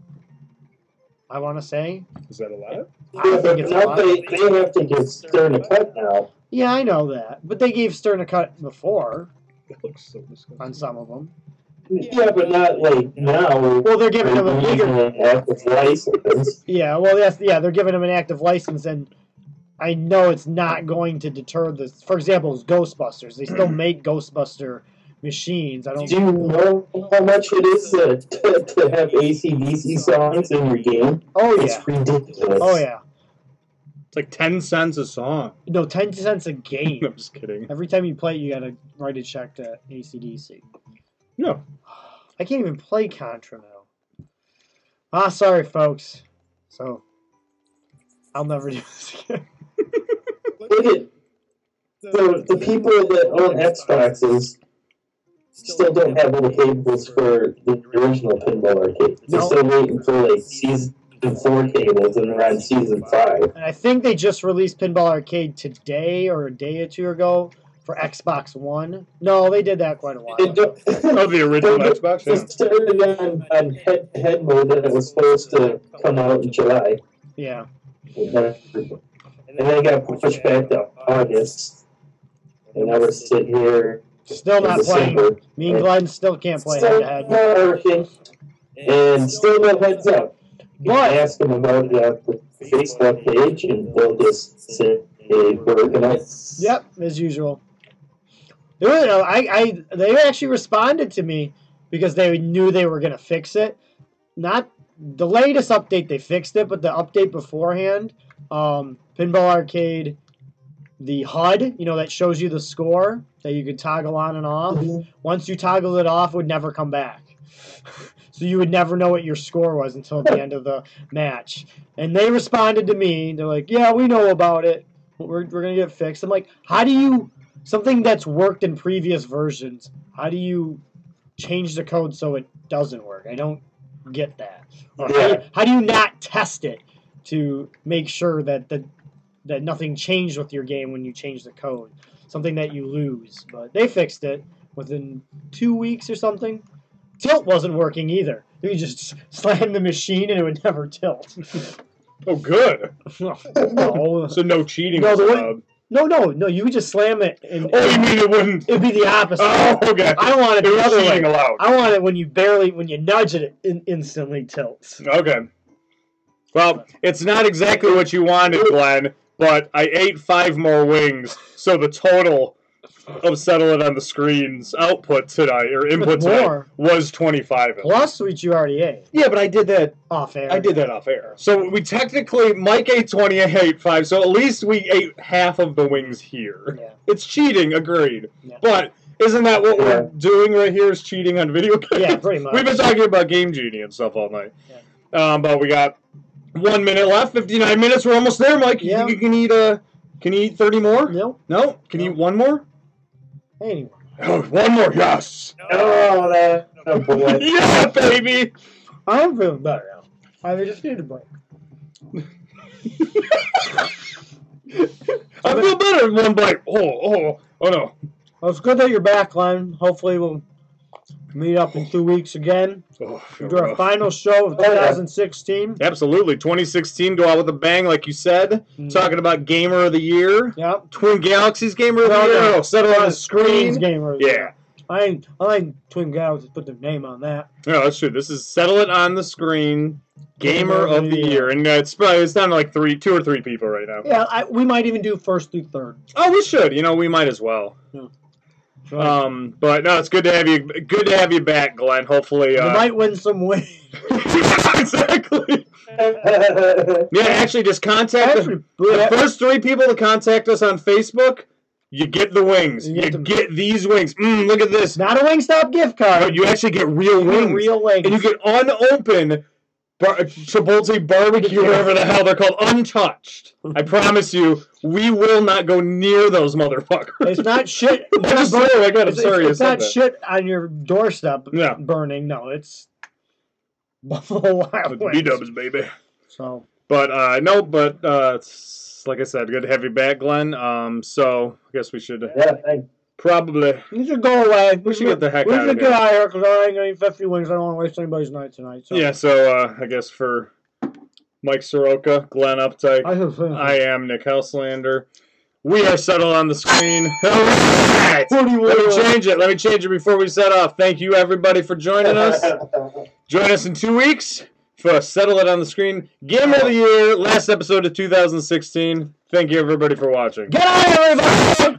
I want to say. Is that a lot? I don't think it's a now lot. they, they have to give Stern a cut now. Yeah, I know that, but they gave Stern a cut before That looks so disgusting. on some of them. Yeah, but not like now. Well, they're giving They're them a using bigger. an active license. Yeah, well, that's yeah, they're giving them an active license, and I know it's not going to deter this. For example, it's Ghostbusters. They still make Ghostbuster machines. I don't. Do you know how much it is to, to, to have ACDC songs in your game? Oh yeah. It's ridiculous. Oh yeah. It's like ten cents a song. (laughs) No, ten cents a I'm (laughs) game. just kidding. Every time you play, it, you gotta write a check to ACDC. No. I can't even play Contra now. Ah, sorry, folks. So I'll never (laughs) do this again. Look at so the people that own Xboxes still don't have all the cables for the original pinball arcade. They're No. still waiting for like season four cables, and they're on season five. And I think they just released Pinball Arcade today or a day or two ago for Xbox One. No, they did that quite a while. They ago. don't- (laughs) Oh, the original Well, Xbox. They started on, on head head mode that it was supposed to come out in July. Yeah. And then it got pushed back to August. And now we're sitting here Still in not playing. December. Me and Glenn still can't play head Still to head. not working, and still no heads up. You But- can ask them about it on the Facebook page, and they'll just say, hey, we're gonna. Yep, as usual. There were- I, I, they actually responded to me because they knew they were going to fix it. Not the latest update, they fixed it, but the update beforehand, um, Pinball Arcade, the HUD, you know, that shows you the score that you could toggle on and off. once you toggled it off, it would never come back. (laughs) So you would never know what your score was until the end of the match. And they responded to me. They're like, "Yeah, we know about it. We're we're gonna get it fixed." I'm like, "How do you something that's worked in previous versions? How do you change the code so it doesn't work? I don't get that. Or how, do you, Yeah. how do you not test it to make sure that the that nothing changed with your game when you change the code? Something that you lose. But they fixed it within two weeks or something. Tilt wasn't working either. You could just (laughs) slam the machine and it would never tilt. Oh, good. no, So no cheating. No, was the way- allowed. no, no, no. You would just slam it and Oh, you mean it wouldn't? it'd be the opposite. Oh, okay. I don't want it It the was other cheating way. allowed. I want it when you barely, when you nudge it, it in, instantly tilts. Okay. Well, it's not exactly what you wanted, Glenn, but I ate five more wings, so the total of settle it on the screen's output tonight or input tonight More was twenty five. plus, which you already ate Yeah, but I did that. off air. I did that off air. So we technically Mike ate twenty, I ate five. So at least we ate half of the wings here. Yeah. It's cheating, agreed. Yeah. But isn't that what Yeah. we're doing right here? Is cheating on video games? yeah, pretty much. (laughs) We've been talking about Game Genie and stuff all night. Um, but we got one minute left, 59 minutes. We're almost there, Mike. You Yeah. think you can eat, uh, can you eat 30 more? Nope. No? Can you No. eat one more? Anyway, Oh, one more, (laughs) yes! Oh, that. Oh, (laughs) boy. yeah, baby! I'm feeling better now. I just need a break. I feel better in one bite. Oh, oh, oh no. Well, it's good that you're back, Len. Hopefully, we'll meet up in two weeks again. Oh, I feel We do our rough. final show of Oh, yeah. 2016. Absolutely. 2016, go out with a bang, like you said. Mm. Talking about Gamer of the Year. Yep. Twin Galaxies Gamer of the No, Year. no. Oh, Settle on the Queens screen. gamers. Yeah. I ain't, I ain't Twin Galaxies put their name on that. No, that's true. This is settle it on the screen. Gamer Gamer of of the the year, and uh, it's probably it's down to like three, two or three people right now. Yeah, I, we might even do first through third. Oh, we should. You know, we might as well. So Um, but no, it's good to have you. Good to have you back, Glenn. Hopefully, We uh, might win some wins. (laughs) (laughs) exactly. Yeah, actually, just contact the, Actually, blew the that- first three people to contact us on Facebook. You get the wings. You You get get, them. these wings. Mm, look at this. not a Wingstop gift card. You actually get real You get wings. Real wings. and you get unopened bar- Chipotle barbecue, whatever the hell they're called, untouched. (laughs) I promise you, we will not go near those motherfuckers. it's (laughs) not shit. I just swear, I got, I'm it's, sorry. it's, I it's said not that. shit on your doorstep Yeah. burning. No, it's Buffalo Wild With Wings. B-dubs, baby. So But uh, no, but uh, it's- like I said, good to have you back, Glenn. Um, so I guess we should yeah, thank probably. you should go away. We should get the heck we out of should here. get out of here because I ain't gonna eat 50 wings. I don't want to waste anybody's night tonight. So. Yeah. So uh, I guess for Mike Soroka, Glenn Updike, I should finish. I am Nick Houselander. We are settled on the screen. All right. Let me change it. Let me change it before we set off. Thank you, everybody, for (laughs) joining us. Join us in two weeks for Settle It on the Screen Game of the Year, last episode of 2016. Thank you, everybody, for watching. Get out of here, everybody!